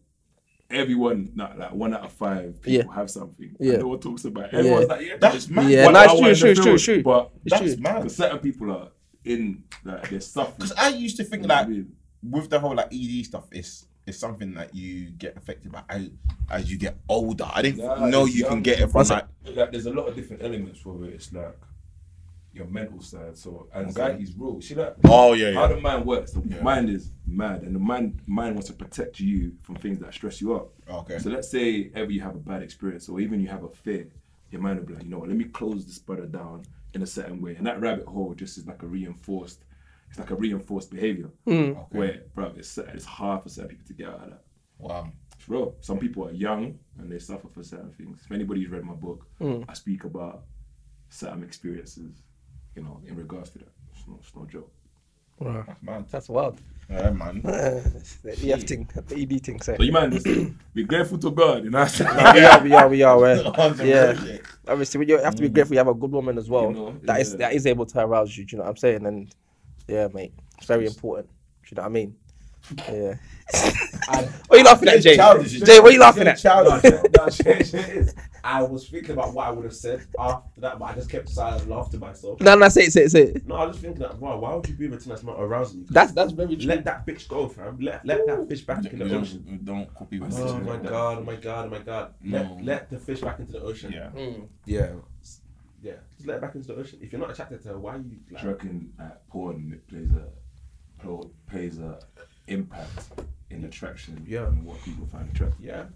Speaker 6: everyone, nah, like one out of five people
Speaker 4: Yeah.
Speaker 6: have something.
Speaker 4: Yeah.
Speaker 6: Yeah. No one talks about. It. Everyone's
Speaker 4: Yeah.
Speaker 6: like, yeah,
Speaker 5: That's mad.
Speaker 4: Yeah,
Speaker 6: one
Speaker 4: no, it's
Speaker 6: hour
Speaker 4: true,
Speaker 6: in the
Speaker 4: true, it's true,
Speaker 6: field.
Speaker 4: it's true.
Speaker 6: But
Speaker 4: It's
Speaker 5: That's
Speaker 4: true.
Speaker 5: mad.
Speaker 6: Because certain people are in like they're suffering.
Speaker 5: Because I used to think
Speaker 6: You know what
Speaker 5: like
Speaker 6: I mean?
Speaker 5: with the whole like ED stuff, it's it's something that you get affected by as, as you get older. I didn't know you can get it from like
Speaker 6: like there's a lot of different elements for it. It's like your mental side. So anxiety is real. See that?
Speaker 5: Oh, yeah,
Speaker 6: How
Speaker 5: yeah.
Speaker 6: the mind works. The mind is mad, and the mind mind wants to protect you from things that stress you out.
Speaker 5: Okay.
Speaker 6: So let's say ever you have a bad experience, or even you have a fear, your mind will be like, you know what? Let me close this brother down in a certain way, and that rabbit hole just is like a reinforced. It's like a reinforced behavior where, bro, it's, it's hard for certain people to get out of that.
Speaker 5: wow.
Speaker 6: It's real. Some people are young and they suffer for certain things. If anybody's read my book,
Speaker 4: Hmm.
Speaker 6: I speak about certain experiences, you know, in regards to that. It's no, it's no joke.
Speaker 5: That's mad.
Speaker 4: That's wild.
Speaker 5: Yeah, man.
Speaker 4: The EF thing, the ED thing. So
Speaker 6: So you man, listen, be grateful to God, you know. what I'm saying?
Speaker 4: we are, we are, we are. We're, yeah.
Speaker 5: percent.
Speaker 4: Obviously, you have to be grateful you have a good woman as well
Speaker 6: You know,
Speaker 4: that is
Speaker 6: yeah.
Speaker 4: that is able to arouse you. Do you know what I'm saying? And yeah, mate, it's very important. Do you know what I mean? Yeah. what are you laughing at, Jay?
Speaker 5: Childish,
Speaker 4: Jay, what are you laughing
Speaker 3: Yeah,
Speaker 4: at?
Speaker 3: Childish.
Speaker 5: No,
Speaker 3: no, shit, shit is, I was thinking about what I would have said after that, but I just kept silent and laughed to myself.
Speaker 4: No, no, say it, say it, say it.
Speaker 3: No, I was just thinking that, wow, why would you be with a thing that's not arousing you?
Speaker 4: That's that's very true.
Speaker 3: let that bitch go, fam. Let, let that fish back
Speaker 5: We
Speaker 3: in the
Speaker 5: don't,
Speaker 3: ocean.
Speaker 5: we don't copy what
Speaker 3: Oh
Speaker 5: it is.
Speaker 3: my god, oh my god, oh my god.
Speaker 5: No.
Speaker 3: Let, let the fish back into the ocean.
Speaker 5: Yeah.
Speaker 3: Yeah. Yeah. Just let it back into the ocean. If you're not attracted to her, why are you
Speaker 6: Do
Speaker 3: like
Speaker 6: you reckon that porn it plays a pro- plays a impact in attraction
Speaker 3: Yeah.
Speaker 6: and what people find attractive?
Speaker 3: Yeah.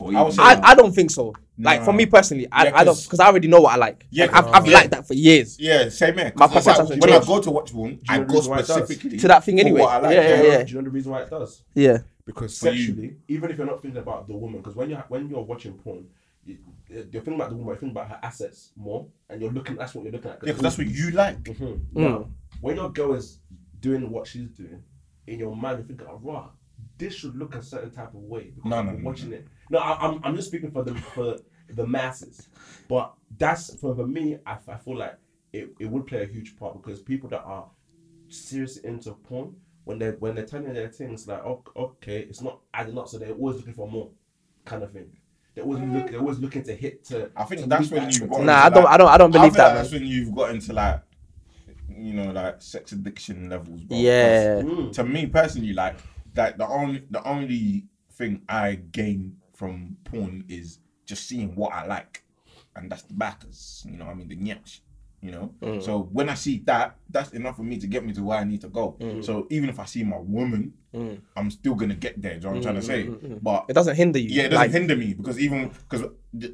Speaker 6: Or
Speaker 5: I
Speaker 6: even-
Speaker 5: would say-
Speaker 4: I, I don't think so. Like for
Speaker 5: Nah.
Speaker 4: me personally, I,
Speaker 5: Yeah,
Speaker 4: I don't
Speaker 5: 'cause-
Speaker 4: because I already know what I like.
Speaker 5: Yeah,
Speaker 4: Yeah, I've, I've liked that for years.
Speaker 5: Yeah, same here.
Speaker 4: My
Speaker 5: 'Cause it's
Speaker 4: preference
Speaker 5: like,
Speaker 4: hasn't
Speaker 5: when I
Speaker 4: changed.
Speaker 5: go to watch one, I
Speaker 3: know the
Speaker 5: go
Speaker 3: reason why it does?
Speaker 5: specifically
Speaker 4: To that thing
Speaker 5: for
Speaker 4: anyway.
Speaker 5: what I like.
Speaker 4: Yeah, yeah,
Speaker 3: Do you know-
Speaker 4: yeah.
Speaker 3: Do you know the reason why it does?
Speaker 4: Yeah,
Speaker 3: Because
Speaker 5: For you.
Speaker 3: sexually, even if you're not thinking about the woman, because when you're when you're watching porn, you, you're thinking about the woman, you're thinking about her assets more, and you're looking. That's what you're looking at.
Speaker 5: Yeah, because that's what you like.
Speaker 3: Mhm.
Speaker 4: Mm.
Speaker 3: Now, when your girl is doing what she's doing, in your mind you're thinking, "Oh, "Rah, this should look a certain type of way." because
Speaker 5: No, no,
Speaker 3: you're
Speaker 5: no,
Speaker 3: watching it. No, I, I'm I'm just speaking for the for the masses, but that's for, for me. I, I feel like it, it would play a huge part because people that are seriously into porn when they when they're telling their things like, "Oh, okay, it's not adding up," so they're always looking for more, kind of thing. They're always look, they're always looking to hit to.
Speaker 5: I think
Speaker 3: to meet
Speaker 5: that's
Speaker 3: that
Speaker 5: when you.
Speaker 3: expectation.
Speaker 4: Nah, I don't- I don't- I don't believe that,
Speaker 5: That's when you've got into like, you know, like sex addiction levels. bro.
Speaker 4: Yeah.
Speaker 5: 'Cause
Speaker 3: Mm.
Speaker 5: To me personally, like that the only the only thing I gain from porn is just seeing what I like, and that's the backers. You know, I mean the nyash. You know, so when I see that, that's enough for me to get me to where I need to go. So even if I see my woman, I'm still gonna get there. Do you know what I'm trying to say? But
Speaker 4: Mm. it doesn't hinder you.
Speaker 5: yeah, it doesn't
Speaker 4: like,
Speaker 5: hinder me because even because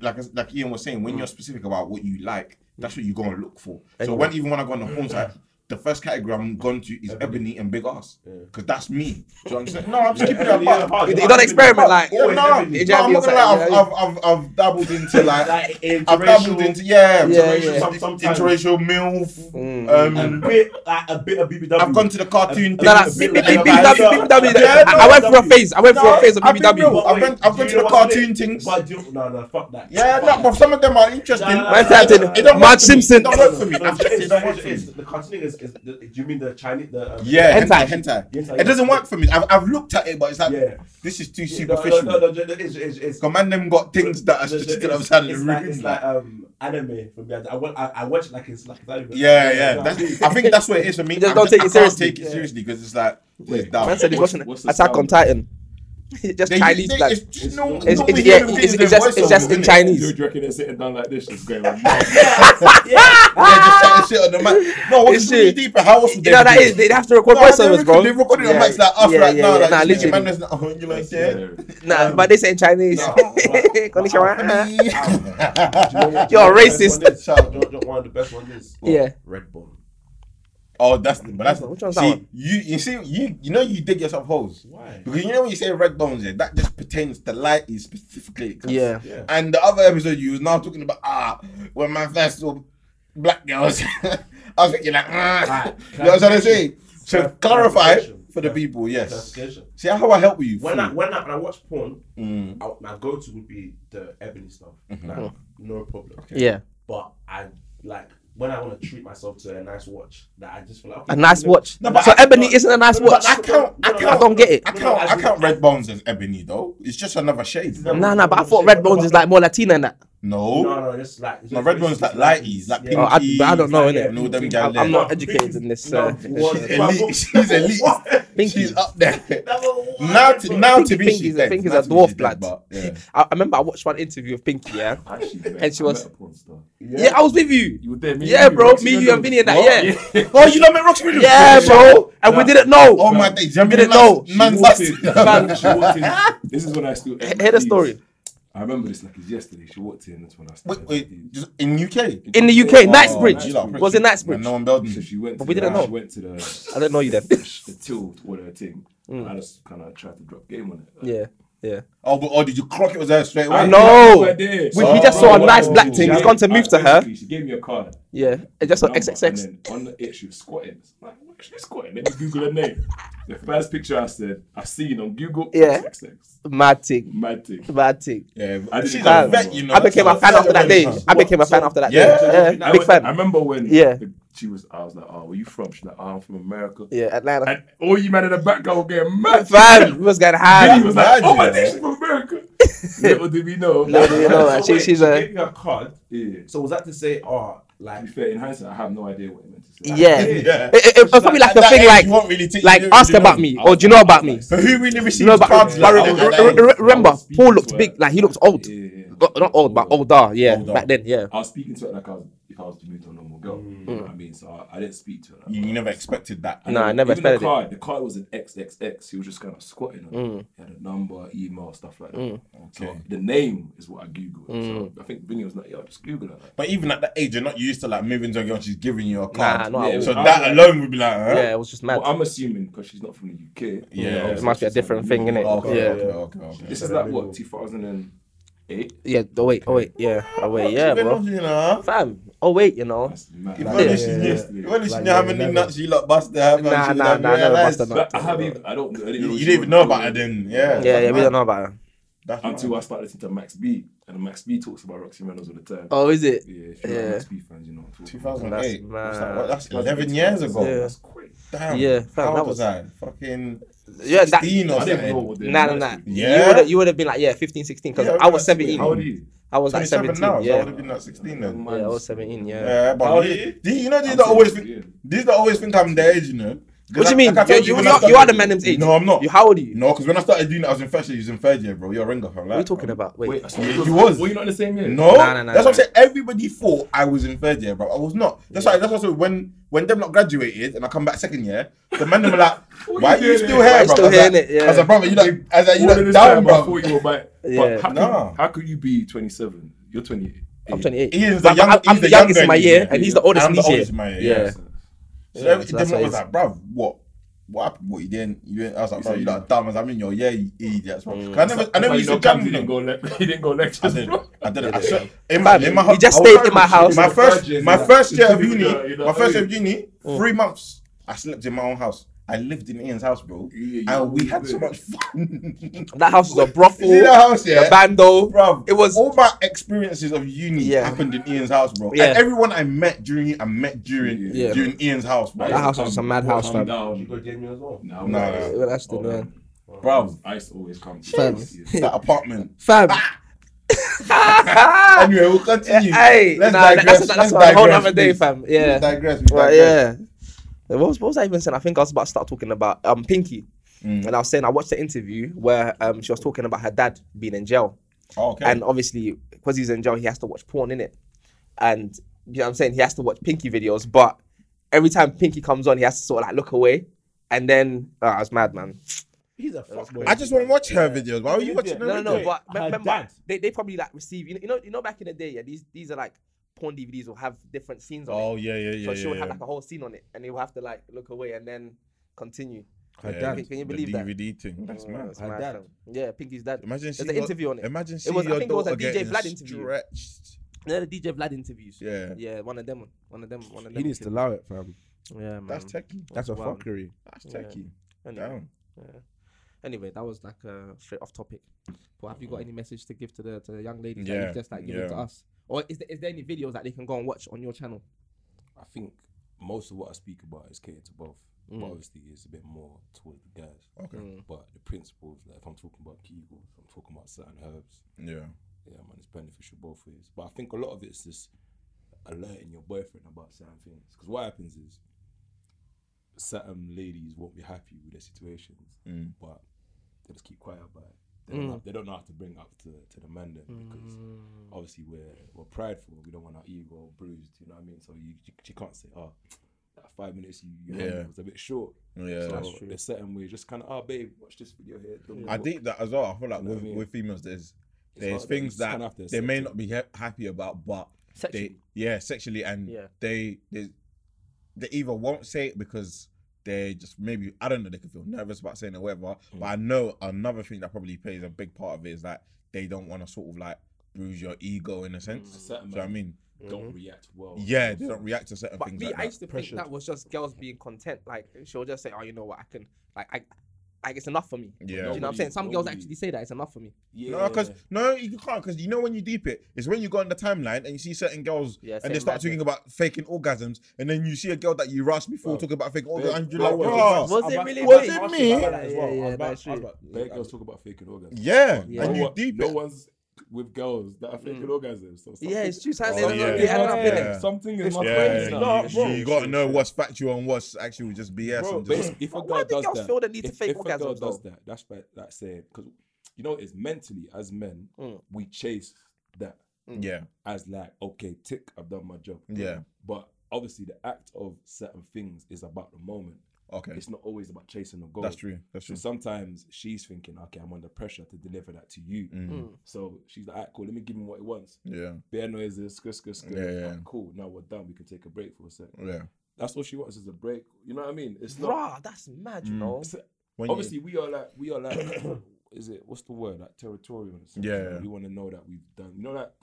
Speaker 5: like like Ian was saying, when you're specific about what you like, that's what you go and look for. So when even when I go on the porn site, the first category I'm gone to is ebony and big ass because that's me. Do you know what I'm saying? No, I'm just keeping it
Speaker 3: Yeah,
Speaker 5: a
Speaker 3: yeah,
Speaker 5: buck.
Speaker 3: yeah.
Speaker 4: You don't experiment like.
Speaker 5: Yeah, no, no, I'm
Speaker 4: Did you have
Speaker 5: not
Speaker 4: your
Speaker 5: gonna lie. I've,
Speaker 4: side?
Speaker 5: I've, I've, I've dabbled into like,
Speaker 3: Like
Speaker 5: I've dabbled
Speaker 3: interracial-
Speaker 5: into
Speaker 4: Yeah,
Speaker 5: yeah, interracial,
Speaker 4: yeah. Mm.
Speaker 5: some- some
Speaker 3: Sometimes.
Speaker 5: interracial milf.
Speaker 3: a
Speaker 5: Um,
Speaker 3: bit, like, a bit of BBW.
Speaker 5: I've gone to the cartoon.
Speaker 3: No,
Speaker 5: thing,
Speaker 4: No,
Speaker 5: a
Speaker 4: no,
Speaker 5: bit
Speaker 4: B- B-
Speaker 5: like-
Speaker 4: B-
Speaker 5: Yeah,
Speaker 4: BBW. I-
Speaker 5: yeah,
Speaker 4: I
Speaker 5: no,
Speaker 4: went through a phase. I went through a
Speaker 5: No,
Speaker 4: phase of
Speaker 5: I've been
Speaker 4: BBW.
Speaker 5: real. I've been- I've
Speaker 3: Do
Speaker 5: been
Speaker 3: you
Speaker 5: to the
Speaker 3: know what's
Speaker 5: cartoon
Speaker 3: lit?
Speaker 5: things.
Speaker 3: But do, no, no, fuck that.
Speaker 5: Yeah,
Speaker 3: Fuck
Speaker 5: no, but some of them are interesting.
Speaker 3: Nah,
Speaker 4: Man said
Speaker 5: It don't work
Speaker 4: Marge
Speaker 5: for me.
Speaker 4: Simpson.
Speaker 5: It don't work for me.
Speaker 3: No,
Speaker 5: I'm just
Speaker 3: it's-
Speaker 5: saying, it don't work
Speaker 3: it's-
Speaker 5: for me.
Speaker 3: it's- the cartooning is, is the, do you mean the Chinese? The, um,
Speaker 5: Yeah,
Speaker 4: Hentai.
Speaker 5: hentai, hentai.
Speaker 3: Hentai,
Speaker 5: It doesn't
Speaker 3: yeah.
Speaker 5: work for me. I've, I've looked at it, but it's like
Speaker 3: Yeah.
Speaker 5: this is too
Speaker 3: Yeah, no, no,
Speaker 5: superficial.
Speaker 3: no, no, no, it's, it's, it's,
Speaker 5: Cause man, them got things that are
Speaker 3: it's-
Speaker 5: just
Speaker 3: it's-
Speaker 5: outside of the
Speaker 3: it's
Speaker 5: room.
Speaker 3: like, it's
Speaker 5: like-
Speaker 3: like um, anime for me. I, I, wa- I, I watch it like it's like it's anime.
Speaker 5: yeah, yeah.
Speaker 3: You know what I
Speaker 5: That's,
Speaker 3: mean?
Speaker 5: I think that's what it is for me.
Speaker 4: Just
Speaker 5: I
Speaker 4: don't take
Speaker 5: I
Speaker 4: it
Speaker 5: can't
Speaker 4: seriously.
Speaker 5: take it seriously because it's like it's down.
Speaker 4: Man said he
Speaker 6: What's-
Speaker 4: watching
Speaker 6: what's the
Speaker 4: Attack
Speaker 6: sound?
Speaker 4: on Titan. Just
Speaker 5: They-
Speaker 4: Chinese
Speaker 5: they-
Speaker 4: like.
Speaker 5: it's just no- no
Speaker 4: it's-
Speaker 5: one
Speaker 4: yeah,
Speaker 5: hearing
Speaker 4: it's-
Speaker 5: things
Speaker 4: it's just- it's
Speaker 5: voiceover,
Speaker 4: just in
Speaker 5: innit?
Speaker 4: Chinese.
Speaker 6: Do you reckon they're sitting down like this? It's going on.
Speaker 5: They're just chatting shit on the mic. No,
Speaker 4: Ah!
Speaker 5: what's
Speaker 4: It's
Speaker 5: really
Speaker 4: shit.
Speaker 5: deeper? How else would
Speaker 4: You
Speaker 5: they
Speaker 4: know
Speaker 5: be
Speaker 4: that
Speaker 5: doing
Speaker 4: is.
Speaker 5: it?
Speaker 4: They'd have to record
Speaker 5: No,
Speaker 4: voices, bro.
Speaker 5: They recorded on
Speaker 4: Yeah.
Speaker 5: mics like us
Speaker 4: Yeah,
Speaker 5: right
Speaker 4: yeah,
Speaker 5: now.
Speaker 4: yeah.
Speaker 5: Like,
Speaker 4: Nah,
Speaker 5: this
Speaker 4: literally.
Speaker 5: man that's not on you like that.
Speaker 4: Nah, but they say in Chinese.
Speaker 5: No,
Speaker 4: Konnichiwa.
Speaker 3: Do you know what- do
Speaker 4: You're
Speaker 3: you know what the
Speaker 4: racist.
Speaker 3: best one is? Do you know what One of the best ones is
Speaker 4: Yeah.
Speaker 3: Red Bull.
Speaker 5: Oh, that's but that's
Speaker 4: Which one's
Speaker 5: see,
Speaker 4: that one?
Speaker 5: You you see you you know you dig yourself holes.
Speaker 3: Why?
Speaker 5: Because you know when you say red bones, yeah, that just pertains to lighty specifically.
Speaker 4: Yeah.
Speaker 3: Yeah.
Speaker 5: And the other episode you was now talking about ah when my first saw black girls, I was thinking like ah. you know what I'm trying to say. So
Speaker 3: Clarification.
Speaker 5: clarify for the
Speaker 3: Clarification.
Speaker 5: people, yes.
Speaker 3: Clarification.
Speaker 5: See how I help you.
Speaker 3: when
Speaker 5: fool. Mm.
Speaker 3: I when I, when I watch porn, I, my go to would be the ebony stuff.
Speaker 4: Mm-hmm.
Speaker 3: Like, no problem.
Speaker 4: Yeah.
Speaker 3: But I like when I want to treat myself to a nice watch that I just feel like okay,
Speaker 4: A nice
Speaker 3: you know-
Speaker 4: watch.
Speaker 5: No, but
Speaker 4: So
Speaker 5: I-
Speaker 4: Ebony isn't a nice
Speaker 3: no,
Speaker 4: watch.
Speaker 5: I count. I
Speaker 3: No,
Speaker 5: count.
Speaker 3: no,
Speaker 4: I don't get it.
Speaker 5: I
Speaker 3: No, no,
Speaker 5: count.
Speaker 3: as
Speaker 5: I
Speaker 3: in-
Speaker 5: count red bones as ebony though. It's just another shade.
Speaker 3: No,
Speaker 4: Nah, nah, but I thought Red Bones is like more Latina and that.
Speaker 5: No.
Speaker 3: No, no, just like it's
Speaker 5: No,
Speaker 3: just-
Speaker 5: Oh. red one's like lighties, like
Speaker 3: Yeah.
Speaker 5: pinky.
Speaker 4: Oh, I, but I don't know,
Speaker 3: Yeah,
Speaker 5: and all
Speaker 4: innit?
Speaker 5: them gal
Speaker 4: I'm- I'm
Speaker 5: there.
Speaker 4: not educated in this. Uh,
Speaker 3: No, what-
Speaker 5: She's elite. She's elite. She's up there.
Speaker 3: That was-
Speaker 5: now, to, now
Speaker 4: Pinky-
Speaker 5: to be
Speaker 4: Pinky's
Speaker 5: she's
Speaker 4: a-
Speaker 5: dead.
Speaker 4: Pinky's
Speaker 5: Now
Speaker 4: a
Speaker 5: to be
Speaker 4: dwarf
Speaker 5: she's dead,
Speaker 4: lad.
Speaker 5: but, yeah.
Speaker 4: I, I remember I watched one interview of Pinky, yeah?
Speaker 6: Actually,
Speaker 4: And she
Speaker 6: I
Speaker 4: was-
Speaker 6: met a porn star.
Speaker 4: Yeah, I was with you.
Speaker 6: You were there, me
Speaker 4: yeah,
Speaker 6: and you,
Speaker 4: bro.
Speaker 6: right?
Speaker 4: Me,
Speaker 6: You
Speaker 4: you, and
Speaker 6: know-
Speaker 4: Vinny and that,
Speaker 6: What?
Speaker 4: yeah.
Speaker 5: Oh, you know, met Rox Williams.
Speaker 4: Yeah, bro. And we didn't know.
Speaker 5: Oh my days! You
Speaker 4: Didn't know.
Speaker 5: Man,
Speaker 6: She
Speaker 5: busted.
Speaker 6: walked in. She walked in. This is when I still.
Speaker 4: H- hear the story.
Speaker 6: I remember this like it's yesterday. She walked in. That's when I started.
Speaker 5: Wait, wait, just in UK.
Speaker 4: In the UK,
Speaker 6: Oh,
Speaker 4: Knightsbridge.
Speaker 6: Knightsbridge.
Speaker 4: Was in Knightsbridge.
Speaker 5: And no one bailed
Speaker 6: So
Speaker 5: me.
Speaker 6: she went.
Speaker 4: But
Speaker 6: to
Speaker 4: we
Speaker 6: the-
Speaker 4: didn't know.
Speaker 6: She went to the
Speaker 4: I didn't know you then.
Speaker 6: the till to order a thing, and I just kind of tried to drop game on it.
Speaker 4: Mm. yeah, yeah.
Speaker 5: Oh, but oh, did you clock it was her straight away?
Speaker 6: I
Speaker 4: know.
Speaker 6: know. We,
Speaker 4: We- we
Speaker 5: just saw
Speaker 6: Oh,
Speaker 5: a nice black
Speaker 6: thing.
Speaker 5: thing.
Speaker 6: He's
Speaker 5: He's
Speaker 4: gone to move to her.
Speaker 6: Ah, She gave me a card.
Speaker 4: Yeah. It just on
Speaker 6: number,
Speaker 4: XXX.
Speaker 6: And then on the it, she was squatting. I'm like, what is she squatting? Let me Google her name. The first picture I said, I seen on Google.
Speaker 4: Yeah.
Speaker 6: XXX.
Speaker 4: Mad thing.
Speaker 6: Mad thing.
Speaker 4: Mad thing.
Speaker 5: Yeah,
Speaker 6: I didn't
Speaker 5: she's
Speaker 6: know.
Speaker 5: a vet, you know.
Speaker 4: I became a
Speaker 5: She's
Speaker 4: fan after that
Speaker 5: vet,
Speaker 4: day.
Speaker 5: you know.
Speaker 4: I became a fan after that
Speaker 5: Yeah.
Speaker 4: day. Yeah,
Speaker 6: I
Speaker 4: big
Speaker 6: went- I
Speaker 4: fan.
Speaker 6: remember when
Speaker 4: Yeah.
Speaker 6: the- she was, I was like, oh, where you from? She's like, oh, I'm from America.
Speaker 4: Yeah, Atlanta.
Speaker 6: And all you men in the background were getting mad.
Speaker 4: Fam, we was getting
Speaker 6: And he
Speaker 4: high.
Speaker 6: was like, oh, my
Speaker 5: Imagine.
Speaker 6: days, she's from America. Little did we know.
Speaker 4: Little did we know.
Speaker 3: So
Speaker 4: like, she-
Speaker 3: wait,
Speaker 4: she's
Speaker 3: she
Speaker 4: a-
Speaker 3: gave you a card.
Speaker 6: Yeah.
Speaker 3: So was that to say, oh,
Speaker 6: To
Speaker 3: like
Speaker 6: be fair, in hindsight, I have no idea what it meant to say.
Speaker 4: Yeah. It,
Speaker 5: Yeah.
Speaker 4: it- it was probably like
Speaker 5: At
Speaker 4: the
Speaker 5: that
Speaker 4: thing
Speaker 5: age,
Speaker 4: like,
Speaker 5: you won't really think you
Speaker 4: like
Speaker 5: really
Speaker 4: ask
Speaker 5: know.
Speaker 4: about me or do you know about me?
Speaker 5: So who really received
Speaker 4: No, but,
Speaker 5: cards
Speaker 4: but
Speaker 5: like
Speaker 4: re-
Speaker 5: that at
Speaker 4: re-
Speaker 5: that age?
Speaker 4: re- re- remember,
Speaker 6: was speaking
Speaker 4: Paul looks
Speaker 6: to her.
Speaker 4: big. Like he looks old.
Speaker 6: Yeah, yeah.
Speaker 4: Not not old, but older. Yeah,
Speaker 5: Older.
Speaker 4: back then. Yeah.
Speaker 6: I was speaking to her like I was if I was to move to a normal girl.
Speaker 4: Mm.
Speaker 6: You know what I mean? So I, I didn't speak to her. Like
Speaker 5: You
Speaker 6: that.
Speaker 5: you never expected that.
Speaker 6: And
Speaker 4: No, I
Speaker 6: even-
Speaker 4: never
Speaker 6: even the
Speaker 4: expected it. Mm.
Speaker 6: card, The card was an XXX. He was just kind of squatting on it. He had a number, email, stuff like that. So the name is what I Googled.
Speaker 4: Mm.
Speaker 6: So I think Vinny was like, yo, just Google it.
Speaker 5: But even at that age, you're not used to like moving to a girl. She's giving you a card.
Speaker 4: not at
Speaker 5: so
Speaker 6: all.
Speaker 5: that alone would be like, huh?
Speaker 4: Yeah, it was just mad.
Speaker 6: Well, I'm assuming because she's not from the UK.
Speaker 5: Yeah.
Speaker 6: obviously
Speaker 5: It
Speaker 4: must be a
Speaker 6: she's from
Speaker 4: different
Speaker 6: the
Speaker 4: thing,
Speaker 6: UK.
Speaker 4: innit?
Speaker 5: Okay,
Speaker 4: Yeah.
Speaker 5: okay, okay, okay.
Speaker 6: This is like what 2008.
Speaker 4: Yeah, oh wait, oh wait, yeah, oh wait, yeah,
Speaker 5: Even
Speaker 4: bro.
Speaker 5: if, You know,
Speaker 4: Fam, oh wait, you know.
Speaker 6: That's mad.
Speaker 5: even
Speaker 6: Like,
Speaker 5: if
Speaker 4: Yeah.
Speaker 5: she
Speaker 6: yesterday,
Speaker 5: knew,
Speaker 6: yesterday.
Speaker 5: even if she
Speaker 3: Like,
Speaker 5: knew how many
Speaker 3: never.
Speaker 5: nuts you lot busted, her, man,
Speaker 4: Nah,
Speaker 5: she would
Speaker 4: nah,
Speaker 5: have
Speaker 4: nah, never
Speaker 5: realised.
Speaker 4: busted
Speaker 6: But I have even, I don't know. I didn't
Speaker 5: You,
Speaker 6: know
Speaker 5: you
Speaker 6: she
Speaker 5: didn't
Speaker 6: was
Speaker 5: even know
Speaker 6: from
Speaker 5: about her
Speaker 6: the-
Speaker 5: then. Yeah.
Speaker 4: Yeah, yeah, we
Speaker 5: That's
Speaker 4: don't know about her.
Speaker 5: That's
Speaker 6: Until
Speaker 5: mad.
Speaker 6: I started listening to Max B, and Max B talks about Roxy Reynolds all the time.
Speaker 4: Oh, is it?
Speaker 6: Yeah, if you're
Speaker 4: Yeah.
Speaker 6: a Max B fans, you know. what I'm talking about.
Speaker 5: 2008.
Speaker 4: That's
Speaker 5: That's,
Speaker 4: mad.
Speaker 5: that's 11 years ago.
Speaker 4: Yeah.
Speaker 5: That's
Speaker 6: quick.
Speaker 5: Damn.
Speaker 4: Yeah, fam,
Speaker 5: How
Speaker 4: that
Speaker 5: old was
Speaker 4: was-
Speaker 5: I? Fucking
Speaker 4: Yeah, that.
Speaker 5: 16 or
Speaker 6: I didn't
Speaker 5: something.
Speaker 6: know what the
Speaker 4: Nah, nah, nah. You
Speaker 5: Yeah.
Speaker 4: would have, you would have been like yeah, 15, 16, because
Speaker 5: Yeah,
Speaker 4: I was
Speaker 5: that's weird.
Speaker 4: seventeen.
Speaker 6: How old are you?
Speaker 4: I was like
Speaker 5: 27
Speaker 4: seventeen.
Speaker 5: now. So I
Speaker 4: yeah,
Speaker 5: would have been like 16 then.
Speaker 4: yeah, I was seventeen. Yeah.
Speaker 5: Yeah,
Speaker 6: How
Speaker 5: but
Speaker 6: old are
Speaker 5: these,
Speaker 6: you?
Speaker 5: these, you know, these
Speaker 6: I'm
Speaker 5: that always think,
Speaker 6: 17,
Speaker 5: these that always think I'm their age, you know. 'Cause
Speaker 4: What do
Speaker 5: I-
Speaker 4: you mean?
Speaker 5: like I
Speaker 4: you
Speaker 5: told
Speaker 4: you,
Speaker 5: when
Speaker 4: you,
Speaker 5: I
Speaker 4: are, you
Speaker 5: started-
Speaker 4: are the man age.
Speaker 5: No, I'm not.
Speaker 4: You, how old are you?
Speaker 5: No, because when I started doing it, I was in first year. You was in third year, bro. You're a ringer, fam. Like,
Speaker 4: What are you talking about? Wait.
Speaker 6: Wait, I
Speaker 5: Yeah,
Speaker 6: swear
Speaker 5: you was.
Speaker 6: Were you not in the same year?
Speaker 5: No,
Speaker 4: Nah, nah, nah,
Speaker 5: that's what
Speaker 4: nah.
Speaker 5: I'm saying. Everybody thought I was in third year, bro. I was not. That's why. That's also when when them not graduated and I come back second year. The man them were like, "Why are you
Speaker 6: doing
Speaker 5: still
Speaker 6: here?
Speaker 5: here,
Speaker 4: Why you
Speaker 5: bro?"
Speaker 4: still
Speaker 5: I was
Speaker 4: here,
Speaker 5: like-
Speaker 4: innit? Yeah.
Speaker 5: I was like, "Brother, you like, I was like, you
Speaker 6: All of
Speaker 5: like
Speaker 6: this
Speaker 5: down,
Speaker 6: time I
Speaker 5: bro."
Speaker 6: thought you were back.
Speaker 4: Yeah.
Speaker 6: But how,
Speaker 5: Nah.
Speaker 6: could, how could you be 27? You're 28.
Speaker 4: I'm twenty-eight.
Speaker 5: He is the
Speaker 4: But
Speaker 5: young-
Speaker 4: I'm, I'm
Speaker 5: he's the
Speaker 4: the youngest
Speaker 5: younger
Speaker 4: in my
Speaker 5: in his
Speaker 4: year,
Speaker 5: year.
Speaker 4: and he's the
Speaker 5: And
Speaker 4: oldest
Speaker 5: I'm
Speaker 4: in
Speaker 5: the
Speaker 4: his year.
Speaker 5: oldest in my year,
Speaker 4: Yeah.
Speaker 5: yeah. So
Speaker 4: Yeah,
Speaker 5: every-
Speaker 4: so that's
Speaker 5: then
Speaker 4: why
Speaker 5: I was
Speaker 4: it's-
Speaker 5: like, bruv, what? What happened? What you didn't? You didn't? I was like, bro,
Speaker 6: said
Speaker 5: you
Speaker 6: you-
Speaker 5: like dumb. I was like, I'm in your year, you idiots. Bro.
Speaker 4: Mm.
Speaker 5: 'Cause I never, I
Speaker 6: That's
Speaker 5: never
Speaker 6: why
Speaker 5: used
Speaker 6: you know
Speaker 5: to
Speaker 6: Kamsi
Speaker 5: jam with
Speaker 6: didn't
Speaker 5: them.
Speaker 6: go le- He didn't go
Speaker 5: I
Speaker 6: lectures,
Speaker 5: didn't.
Speaker 6: bro.
Speaker 5: I didn't. I swear. In my,
Speaker 4: Fam,
Speaker 5: in my, ho-
Speaker 4: he just
Speaker 5: I was
Speaker 4: stayed
Speaker 5: trying
Speaker 4: in my
Speaker 5: to-
Speaker 4: house.
Speaker 5: My first,
Speaker 6: Virgin,
Speaker 5: my
Speaker 6: yeah.
Speaker 5: first year of
Speaker 6: You
Speaker 5: uni,
Speaker 6: know, you know,
Speaker 5: my first year
Speaker 6: you-
Speaker 5: of uni,
Speaker 4: Mm.
Speaker 5: three months. I slept in my own house. I lived in Ian's house, bro,
Speaker 6: Yeah, you
Speaker 5: and we
Speaker 6: always
Speaker 5: had
Speaker 6: do.
Speaker 5: so much fun.
Speaker 4: That house was a brothel.
Speaker 5: See that house, yeah?
Speaker 4: The bando.
Speaker 5: Bro, Oh.
Speaker 4: It was.
Speaker 5: all my experiences of uni
Speaker 4: Yeah.
Speaker 5: happened in Ian's house, bro.
Speaker 4: Yeah.
Speaker 5: And everyone I met during I met during
Speaker 4: Yeah.
Speaker 5: during Ian's house, bro.
Speaker 4: That house was a mad house, fam.
Speaker 3: you got Jamie as well?
Speaker 6: No,
Speaker 5: Nah.
Speaker 4: Well, that's the man.
Speaker 5: Bro,
Speaker 6: I used to Oh, always come. to
Speaker 4: Fam.
Speaker 6: this, yeah.
Speaker 5: that apartment.
Speaker 4: Fam.
Speaker 5: Anyway, we'll continue.
Speaker 4: Ah. Hey,
Speaker 5: Let's
Speaker 4: nah,
Speaker 5: digress.
Speaker 4: that's, that's
Speaker 5: Let's
Speaker 4: for a whole
Speaker 5: digress,
Speaker 4: other day,
Speaker 5: please.
Speaker 4: fam. Yeah.
Speaker 5: We digress. We
Speaker 4: Right,
Speaker 5: digress.
Speaker 4: yeah. What was, what was I even saying? I think I was about to start talking about um Pinky.
Speaker 5: Mm.
Speaker 4: And I was saying I watched the interview where um she was talking about her dad being in jail.
Speaker 5: Oh, okay.
Speaker 4: And obviously, because he's in jail, he has to watch porn in it. And you know what I'm saying? He has to watch Pinky videos, but every time Pinky comes on, he has to sort of like look away. And then oh, I was mad, man.
Speaker 3: He's a fuckboy.
Speaker 5: I just want to watch her videos. Why are you watching her
Speaker 4: No, no, no.
Speaker 5: videos?
Speaker 4: But
Speaker 3: her
Speaker 4: remember,
Speaker 3: dad.
Speaker 4: they, they probably like receive you know, you know you know back in the day, yeah. These these are like porn DVDs will have different scenes on it.
Speaker 5: Oh yeah, yeah, yeah.
Speaker 4: So she would
Speaker 5: yeah,
Speaker 4: have
Speaker 5: yeah.
Speaker 4: like a whole scene on it, and you'll have to like look away and then continue.
Speaker 5: Her
Speaker 4: Can-
Speaker 5: dad,
Speaker 4: Can you
Speaker 5: the
Speaker 4: believe that? Oh,
Speaker 5: DVD thing. That's mad.
Speaker 4: That's mad,
Speaker 3: dad.
Speaker 4: fam. Yeah, Pinky's dad.
Speaker 5: Imagine
Speaker 4: There's
Speaker 5: seeing
Speaker 4: an
Speaker 5: your-
Speaker 4: interview on it.
Speaker 5: Imagine
Speaker 4: It
Speaker 5: seeing
Speaker 4: was- I
Speaker 5: your
Speaker 4: think it was a
Speaker 5: daughter
Speaker 4: DJ
Speaker 5: getting
Speaker 4: Vlad interview.
Speaker 5: stretched.
Speaker 4: They're the DJ Vlad interviews.
Speaker 5: Yeah.
Speaker 4: Yeah, one of them. one- One of them. One of them.
Speaker 1: He needs to
Speaker 4: two.
Speaker 1: allow it, fam.
Speaker 4: Yeah, man.
Speaker 5: That's techie. That's a
Speaker 4: wild.
Speaker 5: fuckery. That's
Speaker 4: Yeah.
Speaker 5: techie.
Speaker 4: anyway,
Speaker 5: Damn.
Speaker 4: anyway, that was like uh, straight off topic. But have you
Speaker 6: Mm.
Speaker 4: got any message to give to the to the young ladies that
Speaker 5: Yeah,
Speaker 4: you've just like given
Speaker 5: yeah.
Speaker 4: to us? Or is there, is there any videos that they can go and watch on your channel?
Speaker 6: I think most of what I speak about is catered to both. But obviously, it's a bit more towards the guys.
Speaker 5: Okay.
Speaker 6: But the principles, like if I'm talking about Kegels, I'm talking about certain herbs,
Speaker 5: Yeah.
Speaker 6: yeah, man, it's beneficial both ways. But I think a lot of it's just alerting your boyfriend about certain things. Because what happens is certain ladies won't be happy with their situations,
Speaker 5: Mm.
Speaker 6: but they just keep quiet about it. They don't, have, they don't know how to bring up to, to the man then because
Speaker 5: Mm.
Speaker 6: obviously we're we're prideful. We don't want our ego bruised. You know what I mean? So you you, you can't say, oh, that five minutes you, you had
Speaker 5: Yeah.
Speaker 6: was a bit short.
Speaker 5: Yeah.
Speaker 6: so
Speaker 5: That's
Speaker 6: There's certain ways, just kind of, oh, babe, watch this video here. don't
Speaker 5: I
Speaker 6: look."
Speaker 5: think that as well. I feel like
Speaker 6: know
Speaker 5: with,
Speaker 6: what I mean?
Speaker 5: with females, there's
Speaker 6: hard,
Speaker 5: there's
Speaker 6: though.
Speaker 5: things
Speaker 6: You just
Speaker 5: that
Speaker 6: kinda have to
Speaker 5: they may
Speaker 6: accept
Speaker 5: not be ha- happy about, but
Speaker 4: Sexually.
Speaker 5: they yeah, sexually, and
Speaker 4: Yeah.
Speaker 5: they they they either won't say it because they just maybe I don't know they could feel nervous about saying it, or whatever.
Speaker 4: Hmm.
Speaker 5: But I know another thing that probably plays a big part of it is that they don't want to sort of like bruise your ego in a sense. Do
Speaker 4: Hmm.
Speaker 5: you know
Speaker 6: certain
Speaker 5: what I mean? Mm-hmm.
Speaker 6: don't react well.
Speaker 5: Yeah, they don't react to certain
Speaker 4: But
Speaker 5: things
Speaker 4: me,
Speaker 5: like
Speaker 4: I
Speaker 5: that.
Speaker 4: used to think that was just girls being content. Like she'll just say, "Oh, you know what? I can like I, like it's enough for me." Do you know what I'm
Speaker 6: Nobody-
Speaker 4: saying? Some girls
Speaker 6: nobody-
Speaker 4: actually say that it's enough for me.
Speaker 6: Yeah,
Speaker 5: No, because no, you can't. Because you know when you deep it, it's when you go on the timeline and you see certain girls
Speaker 4: Yeah,
Speaker 5: and they
Speaker 4: same
Speaker 5: start
Speaker 4: magic.
Speaker 5: talking about faking orgasms, and then you see a girl that you rushed before
Speaker 6: Bro.
Speaker 5: talking about faking
Speaker 6: Big-
Speaker 5: orgasms, and you're
Speaker 6: big
Speaker 5: like,
Speaker 6: girls-
Speaker 5: bro,
Speaker 4: Was
Speaker 6: I'm
Speaker 4: it
Speaker 6: about-
Speaker 4: really
Speaker 6: I'm about to
Speaker 5: me?
Speaker 6: ask
Speaker 5: Was it
Speaker 6: you about that
Speaker 4: me?
Speaker 6: as well.
Speaker 4: Yeah, yeah,
Speaker 6: I'm about-
Speaker 4: that's
Speaker 6: I was
Speaker 4: true.
Speaker 6: about- big girls talk about faking orgasms.
Speaker 5: yeah,
Speaker 6: Yeah.
Speaker 5: and you
Speaker 6: No
Speaker 5: deep
Speaker 6: one-
Speaker 5: it.
Speaker 6: No one's with girls that are faking orgasms. So
Speaker 4: Yeah, it's true. Something,
Speaker 5: Oh,
Speaker 4: something,
Speaker 5: yeah.
Speaker 4: yeah,
Speaker 5: Yeah.
Speaker 4: yeah.
Speaker 5: Yeah.
Speaker 6: Something is not
Speaker 5: Yeah,
Speaker 6: crazy.
Speaker 5: you-
Speaker 6: No,
Speaker 5: you,
Speaker 6: bro.
Speaker 5: you gotta know what's factual and what's actually just BS.
Speaker 6: Bro,
Speaker 5: and just,
Speaker 6: basi- if a
Speaker 4: Why
Speaker 6: girl
Speaker 4: do
Speaker 6: does
Speaker 4: girls
Speaker 6: that,
Speaker 4: feel the need to
Speaker 6: if,
Speaker 4: fake
Speaker 6: if a girl does
Speaker 4: orgasms, though?
Speaker 6: that, that's by, that's saying because you know it's mentally as men
Speaker 4: Mm.
Speaker 6: we chase that
Speaker 5: yeah,
Speaker 6: as like okay tick I've done my job
Speaker 5: Yeah.
Speaker 6: but obviously the act of certain things is about the moment
Speaker 5: okay,
Speaker 6: it's not always about chasing a goal
Speaker 5: That's true, that's
Speaker 6: so
Speaker 5: true.
Speaker 6: sometimes she's thinking okay I'm under pressure to deliver that to you
Speaker 4: Mm.
Speaker 6: so she's like "Alright, cool let me give him what he wants
Speaker 5: Mm. yeah,
Speaker 6: bare noises skr skr skr
Speaker 5: Yeah, yeah.
Speaker 6: "Alright, cool now we're done we can take a break for a sec
Speaker 5: yeah.
Speaker 6: that's all she wants is a break you know what I mean it's not
Speaker 4: Bruh, that's mad, you know.
Speaker 6: Mm. it's-
Speaker 5: When
Speaker 6: obviously we are like we are like is it what's the word like territorial and stuff.
Speaker 5: Yeah.
Speaker 6: Like, we want to know that we've done you know that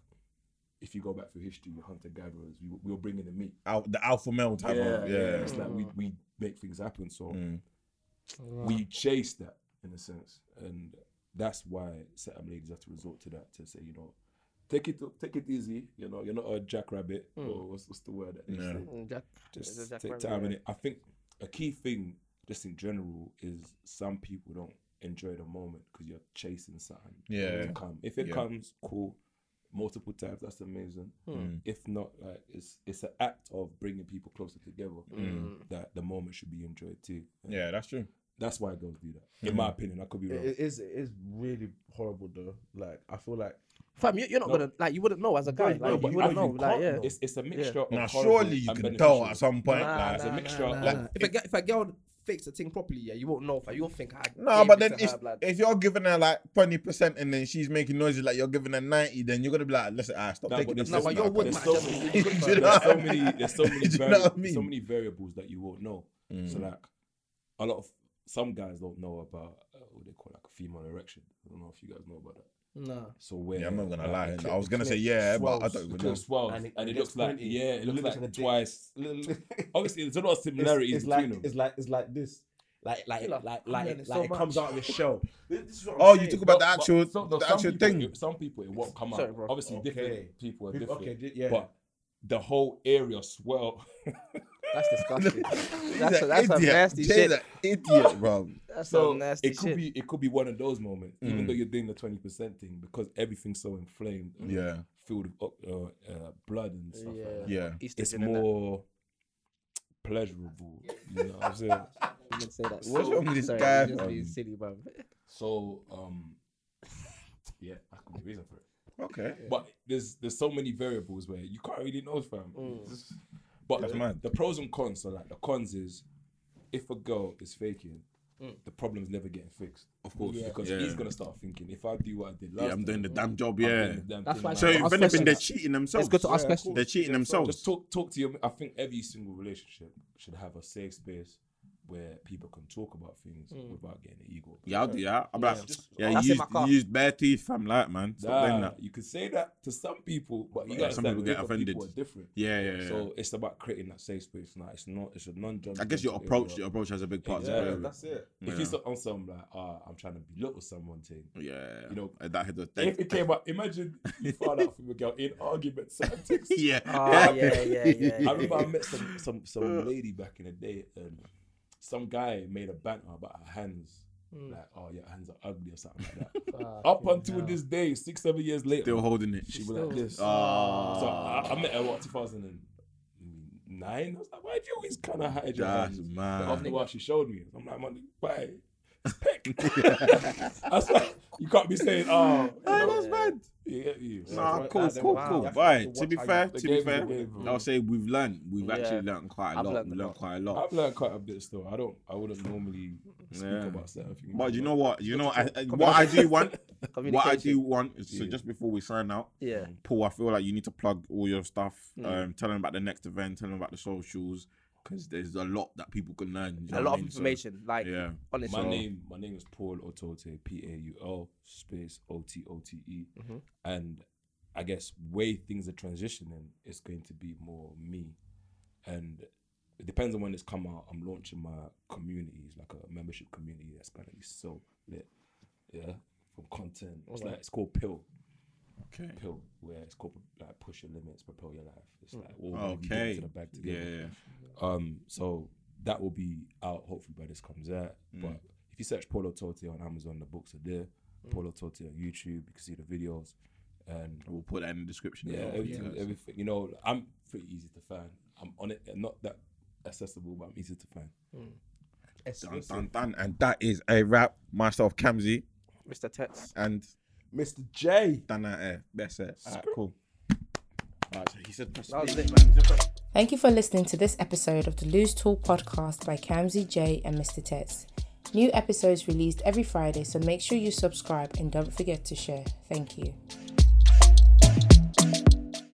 Speaker 6: if you go back through history hunter gatherers we, we were bringing the meat
Speaker 5: Al- the alpha male type of yeah, Mm.
Speaker 6: it's like we, we make things happen so we chase that in a sense and that's why certain ladies have to resort to that to say you know take it take it easy you know you're not a jackrabbit or what's, what's the word that they say?
Speaker 4: Mm, Jack, is it
Speaker 6: just
Speaker 4: Jack
Speaker 6: take
Speaker 4: Ruby?
Speaker 6: time in it. I think a key thing, just in general, is some people don't enjoy the moment because you're chasing something.
Speaker 5: Yeah.
Speaker 6: To come. If it
Speaker 5: Yeah.
Speaker 6: comes, cool. Multiple times, that's amazing.
Speaker 5: mm,
Speaker 6: If not, like it's it's an act of bringing people closer together
Speaker 5: Mm.
Speaker 6: that the moment should be enjoyed too. And
Speaker 5: yeah, that's true.
Speaker 6: That's why girls do that.
Speaker 5: Mm.
Speaker 6: In my opinion, I could be wrong.
Speaker 3: It is it is really horrible though. Like I feel like
Speaker 4: Fam, you, you're not gonna like you wouldn't know as a guy.
Speaker 6: No,
Speaker 4: like,
Speaker 6: but
Speaker 4: you
Speaker 6: I
Speaker 4: wouldn't know.
Speaker 6: think
Speaker 4: Like, yeah.
Speaker 6: it's, it's a mixture of
Speaker 5: Now,
Speaker 6: horrible
Speaker 5: surely you
Speaker 6: and
Speaker 5: can
Speaker 6: beneficial.
Speaker 5: tell at some point. like,
Speaker 6: it's a mixture of-
Speaker 4: Like, if, a, ge- if a girl fakes a thing properly, yeah, you won't know. If you'll think, I
Speaker 5: No,
Speaker 4: gave
Speaker 5: but
Speaker 4: this
Speaker 5: then
Speaker 4: to
Speaker 5: if,
Speaker 4: her, blood.
Speaker 5: if you're giving her like twenty percent and then she's making noises like you're giving her ninety, then you're gonna be like, listen, ah, stop
Speaker 6: Nah,
Speaker 5: taking
Speaker 6: but
Speaker 5: the
Speaker 6: there's
Speaker 5: piss
Speaker 4: no, but
Speaker 5: now,
Speaker 4: your wood
Speaker 5: cuz
Speaker 4: might
Speaker 6: there's so
Speaker 4: just
Speaker 6: many,
Speaker 4: be good for her.
Speaker 5: You know
Speaker 6: there's so
Speaker 5: what I
Speaker 6: many there's so many
Speaker 5: Do you know
Speaker 6: vari-
Speaker 5: what I mean? Mm.
Speaker 6: so many variables that you won't know. So like a lot of some guys don't know about uh, what they call like a female erection. I don't know if you guys know about that.
Speaker 4: No.
Speaker 6: So where
Speaker 5: Yeah, I'm not gonna
Speaker 6: like,
Speaker 5: lie.
Speaker 6: the
Speaker 5: I was gonna say yeah, but I
Speaker 6: swells,
Speaker 5: don't
Speaker 6: the
Speaker 5: even
Speaker 6: clit
Speaker 5: know.
Speaker 6: swells, and
Speaker 3: And
Speaker 6: it,
Speaker 3: it- it
Speaker 6: looks
Speaker 3: gets
Speaker 6: like
Speaker 3: pointy.
Speaker 6: yeah, it
Speaker 3: It
Speaker 6: looks like,
Speaker 3: looks like a dick.
Speaker 6: twice. Obviously, there's a lot of
Speaker 3: it's,
Speaker 6: similarities
Speaker 3: it's
Speaker 6: between
Speaker 3: like
Speaker 6: them.
Speaker 3: it's like it's like this. Like like
Speaker 4: Killer.
Speaker 3: like like,
Speaker 4: I'm
Speaker 3: like,
Speaker 4: learning so
Speaker 3: it comes
Speaker 4: much.
Speaker 3: out of your shell.
Speaker 5: Oh, you talk about the
Speaker 6: But-
Speaker 5: actual,
Speaker 6: but some- no,
Speaker 5: the
Speaker 6: some
Speaker 5: actual
Speaker 6: people,
Speaker 5: thing.
Speaker 6: it- some people it won't come
Speaker 4: Sorry,
Speaker 6: out.
Speaker 4: bro.
Speaker 6: Obviously,
Speaker 3: Okay.
Speaker 6: different people are
Speaker 3: Peop-
Speaker 6: different.
Speaker 3: okay, di- yeah.
Speaker 6: But the whole area swell.
Speaker 4: That's disgusting. that's a,
Speaker 5: He's
Speaker 4: that's
Speaker 5: an
Speaker 4: a
Speaker 5: idiot.
Speaker 4: nasty
Speaker 5: Jay's
Speaker 4: shit.
Speaker 5: an idiot, bro.
Speaker 4: That's
Speaker 6: so
Speaker 4: some nasty
Speaker 6: it could
Speaker 4: shit.
Speaker 6: be it could be one of those moments, even though you're doing the twenty percent thing, because everything's so inflamed, and
Speaker 5: Yeah,
Speaker 6: filled with uh, uh, blood and stuff. Like that.
Speaker 5: yeah.
Speaker 4: East
Speaker 6: it's
Speaker 4: Indian, innit?
Speaker 6: more pleasurable. You know what I'm saying?
Speaker 4: You can say that.
Speaker 5: What's wrong with this
Speaker 4: Sorry,
Speaker 5: guy,
Speaker 4: you Just being
Speaker 5: fam?
Speaker 4: silly, bro.
Speaker 6: so um, yeah, that could be a reason for it.
Speaker 5: Okay.
Speaker 6: But there's there's so many variables where you can't really know, fam.
Speaker 4: Mm.
Speaker 6: It's just- But
Speaker 5: That's
Speaker 6: the,
Speaker 5: mad.
Speaker 6: the pros and cons are like the cons is if a girl is faking,
Speaker 4: Mm.
Speaker 6: the problem's never getting fixed. Of course, because
Speaker 5: Yeah.
Speaker 6: he's gonna start thinking if I do what I did last,
Speaker 5: Yeah, I'm doing
Speaker 6: time,
Speaker 5: the damn job.
Speaker 6: I'm
Speaker 5: Yeah.
Speaker 6: doing the damn
Speaker 4: That's
Speaker 6: thing
Speaker 4: why
Speaker 6: now.
Speaker 5: So
Speaker 4: Ask
Speaker 5: if anything,
Speaker 4: questions.
Speaker 5: they're cheating themselves.
Speaker 4: It's good to ask
Speaker 6: Yeah,
Speaker 4: questions.
Speaker 6: cool.
Speaker 5: They're cheating
Speaker 6: Just
Speaker 5: themselves.
Speaker 6: talk talk to your. I think every single relationship should have a safe space where people can talk about things
Speaker 4: Mm.
Speaker 6: without getting an ego.
Speaker 5: Yeah, I'll do that. I'm like, yeah,
Speaker 4: That's in
Speaker 5: you used,
Speaker 4: my car.
Speaker 5: you used bare teeth, fam, like man. Stop doing
Speaker 6: Nah,
Speaker 5: that.
Speaker 6: you could say that to some people, but you
Speaker 5: Yeah,
Speaker 6: gotta
Speaker 5: some
Speaker 6: understand
Speaker 5: people get
Speaker 6: different People are
Speaker 5: offended.
Speaker 6: different.
Speaker 5: Yeah, yeah, yeah.
Speaker 6: So it's about creating that safe space. Now it's not. It's a non-judgmental.
Speaker 5: I guess your
Speaker 6: area.
Speaker 5: approach, your approach has a big part
Speaker 6: Exactly.
Speaker 5: to it.
Speaker 3: That's it.
Speaker 6: If you sit on some like, ah, I'm trying to belittle someone thing.
Speaker 5: Yeah,
Speaker 6: You know,
Speaker 5: Uh, that hit the
Speaker 6: If it came out, imagine you found out from a girl in argument semantics.
Speaker 5: yeah,
Speaker 4: Oh, yeah, yeah, yeah.
Speaker 6: I remember I met some
Speaker 5: Uh.
Speaker 6: um, some some lady back in the day, and some guy made a banter about her hands
Speaker 5: Hmm.
Speaker 6: Like, oh, your hands are ugly or something like that. Up until this day, six, seven years later,
Speaker 5: Still holding it.
Speaker 6: she was like this.
Speaker 5: Ah.
Speaker 6: so I, I met her, what, 2009? I was like, why do you always kind of hide your
Speaker 5: That's
Speaker 6: hands?
Speaker 5: mad.
Speaker 6: But after a while, she showed me. I'm like, man, why? It's peck. That's like, you can't be saying, oh, you know,
Speaker 5: that's bad.
Speaker 6: you get you.
Speaker 5: Nah,
Speaker 4: right.
Speaker 5: cool,
Speaker 4: That's
Speaker 5: cool,
Speaker 4: wild.
Speaker 5: cool.
Speaker 4: That's
Speaker 5: Right.
Speaker 4: what
Speaker 5: To be
Speaker 4: I-
Speaker 5: fair,
Speaker 6: the
Speaker 5: to be
Speaker 6: game is
Speaker 5: fair,
Speaker 6: the game,
Speaker 5: I'll say we've learned. We've actually
Speaker 4: Yeah.
Speaker 5: learned quite a
Speaker 4: I've
Speaker 5: lot.
Speaker 4: learned
Speaker 5: we
Speaker 4: a
Speaker 5: learned
Speaker 4: lot.
Speaker 5: quite a
Speaker 6: I've
Speaker 5: lot.
Speaker 6: learned quite a bit still. I don't. I wouldn't normally speak
Speaker 5: Yeah.
Speaker 6: about certain things.
Speaker 5: But you know what? You know, I, I- what I do want. What I do
Speaker 4: Communication.
Speaker 5: want. Is, so just before we sign out,
Speaker 4: Yeah.
Speaker 5: Paul, I feel like you need to plug all your stuff.
Speaker 4: Hmm.
Speaker 5: Um, tell them about the next event. Tell them about the socials, because there's a lot that people can learn. you know
Speaker 4: A
Speaker 5: what I
Speaker 4: lot of
Speaker 5: mean? So,
Speaker 4: information. Like,
Speaker 5: yeah.
Speaker 4: honestly.
Speaker 6: my name. My name is Paul Otote. P A U L space O T O T E. And I guess way things are transitioning, it's going to be more me. And it depends on when it's come out. I'm launching my communities, like a membership community that's gonna be so lit. Yeah, from content. It's like it's called Pill.
Speaker 5: Okay.
Speaker 6: pill where it's called like push your limits, propel your life. It's like all gonna be getting
Speaker 5: Okay.
Speaker 6: to the bag together.
Speaker 5: Yeah.
Speaker 6: Um, so that will be out hopefully by this comes out. But if you search Polo Tote on Amazon, the books are there. Polo Tote on YouTube, you can see the videos. And
Speaker 5: We'll put that in the description. as
Speaker 6: yeah,
Speaker 5: well for you
Speaker 6: everything,
Speaker 5: guys.
Speaker 6: everything. You know, I'm pretty easy to find. I'm on it, not that accessible, but I'm easy to find.
Speaker 5: Dun, dun, dun. And that is a wrap. Myself, Kamzi,
Speaker 4: Mr. Tets.
Speaker 5: and
Speaker 3: Mr. J.
Speaker 5: Dan out here. Best set. eh? All right, cool. All right, so he said,
Speaker 4: That was lit, man.
Speaker 2: Thank you for listening to this episode of the Lose Talk podcast by Kamzi J and Mr. Tets. New episodes released every Friday, so make sure you subscribe and don't forget to share. Thank you.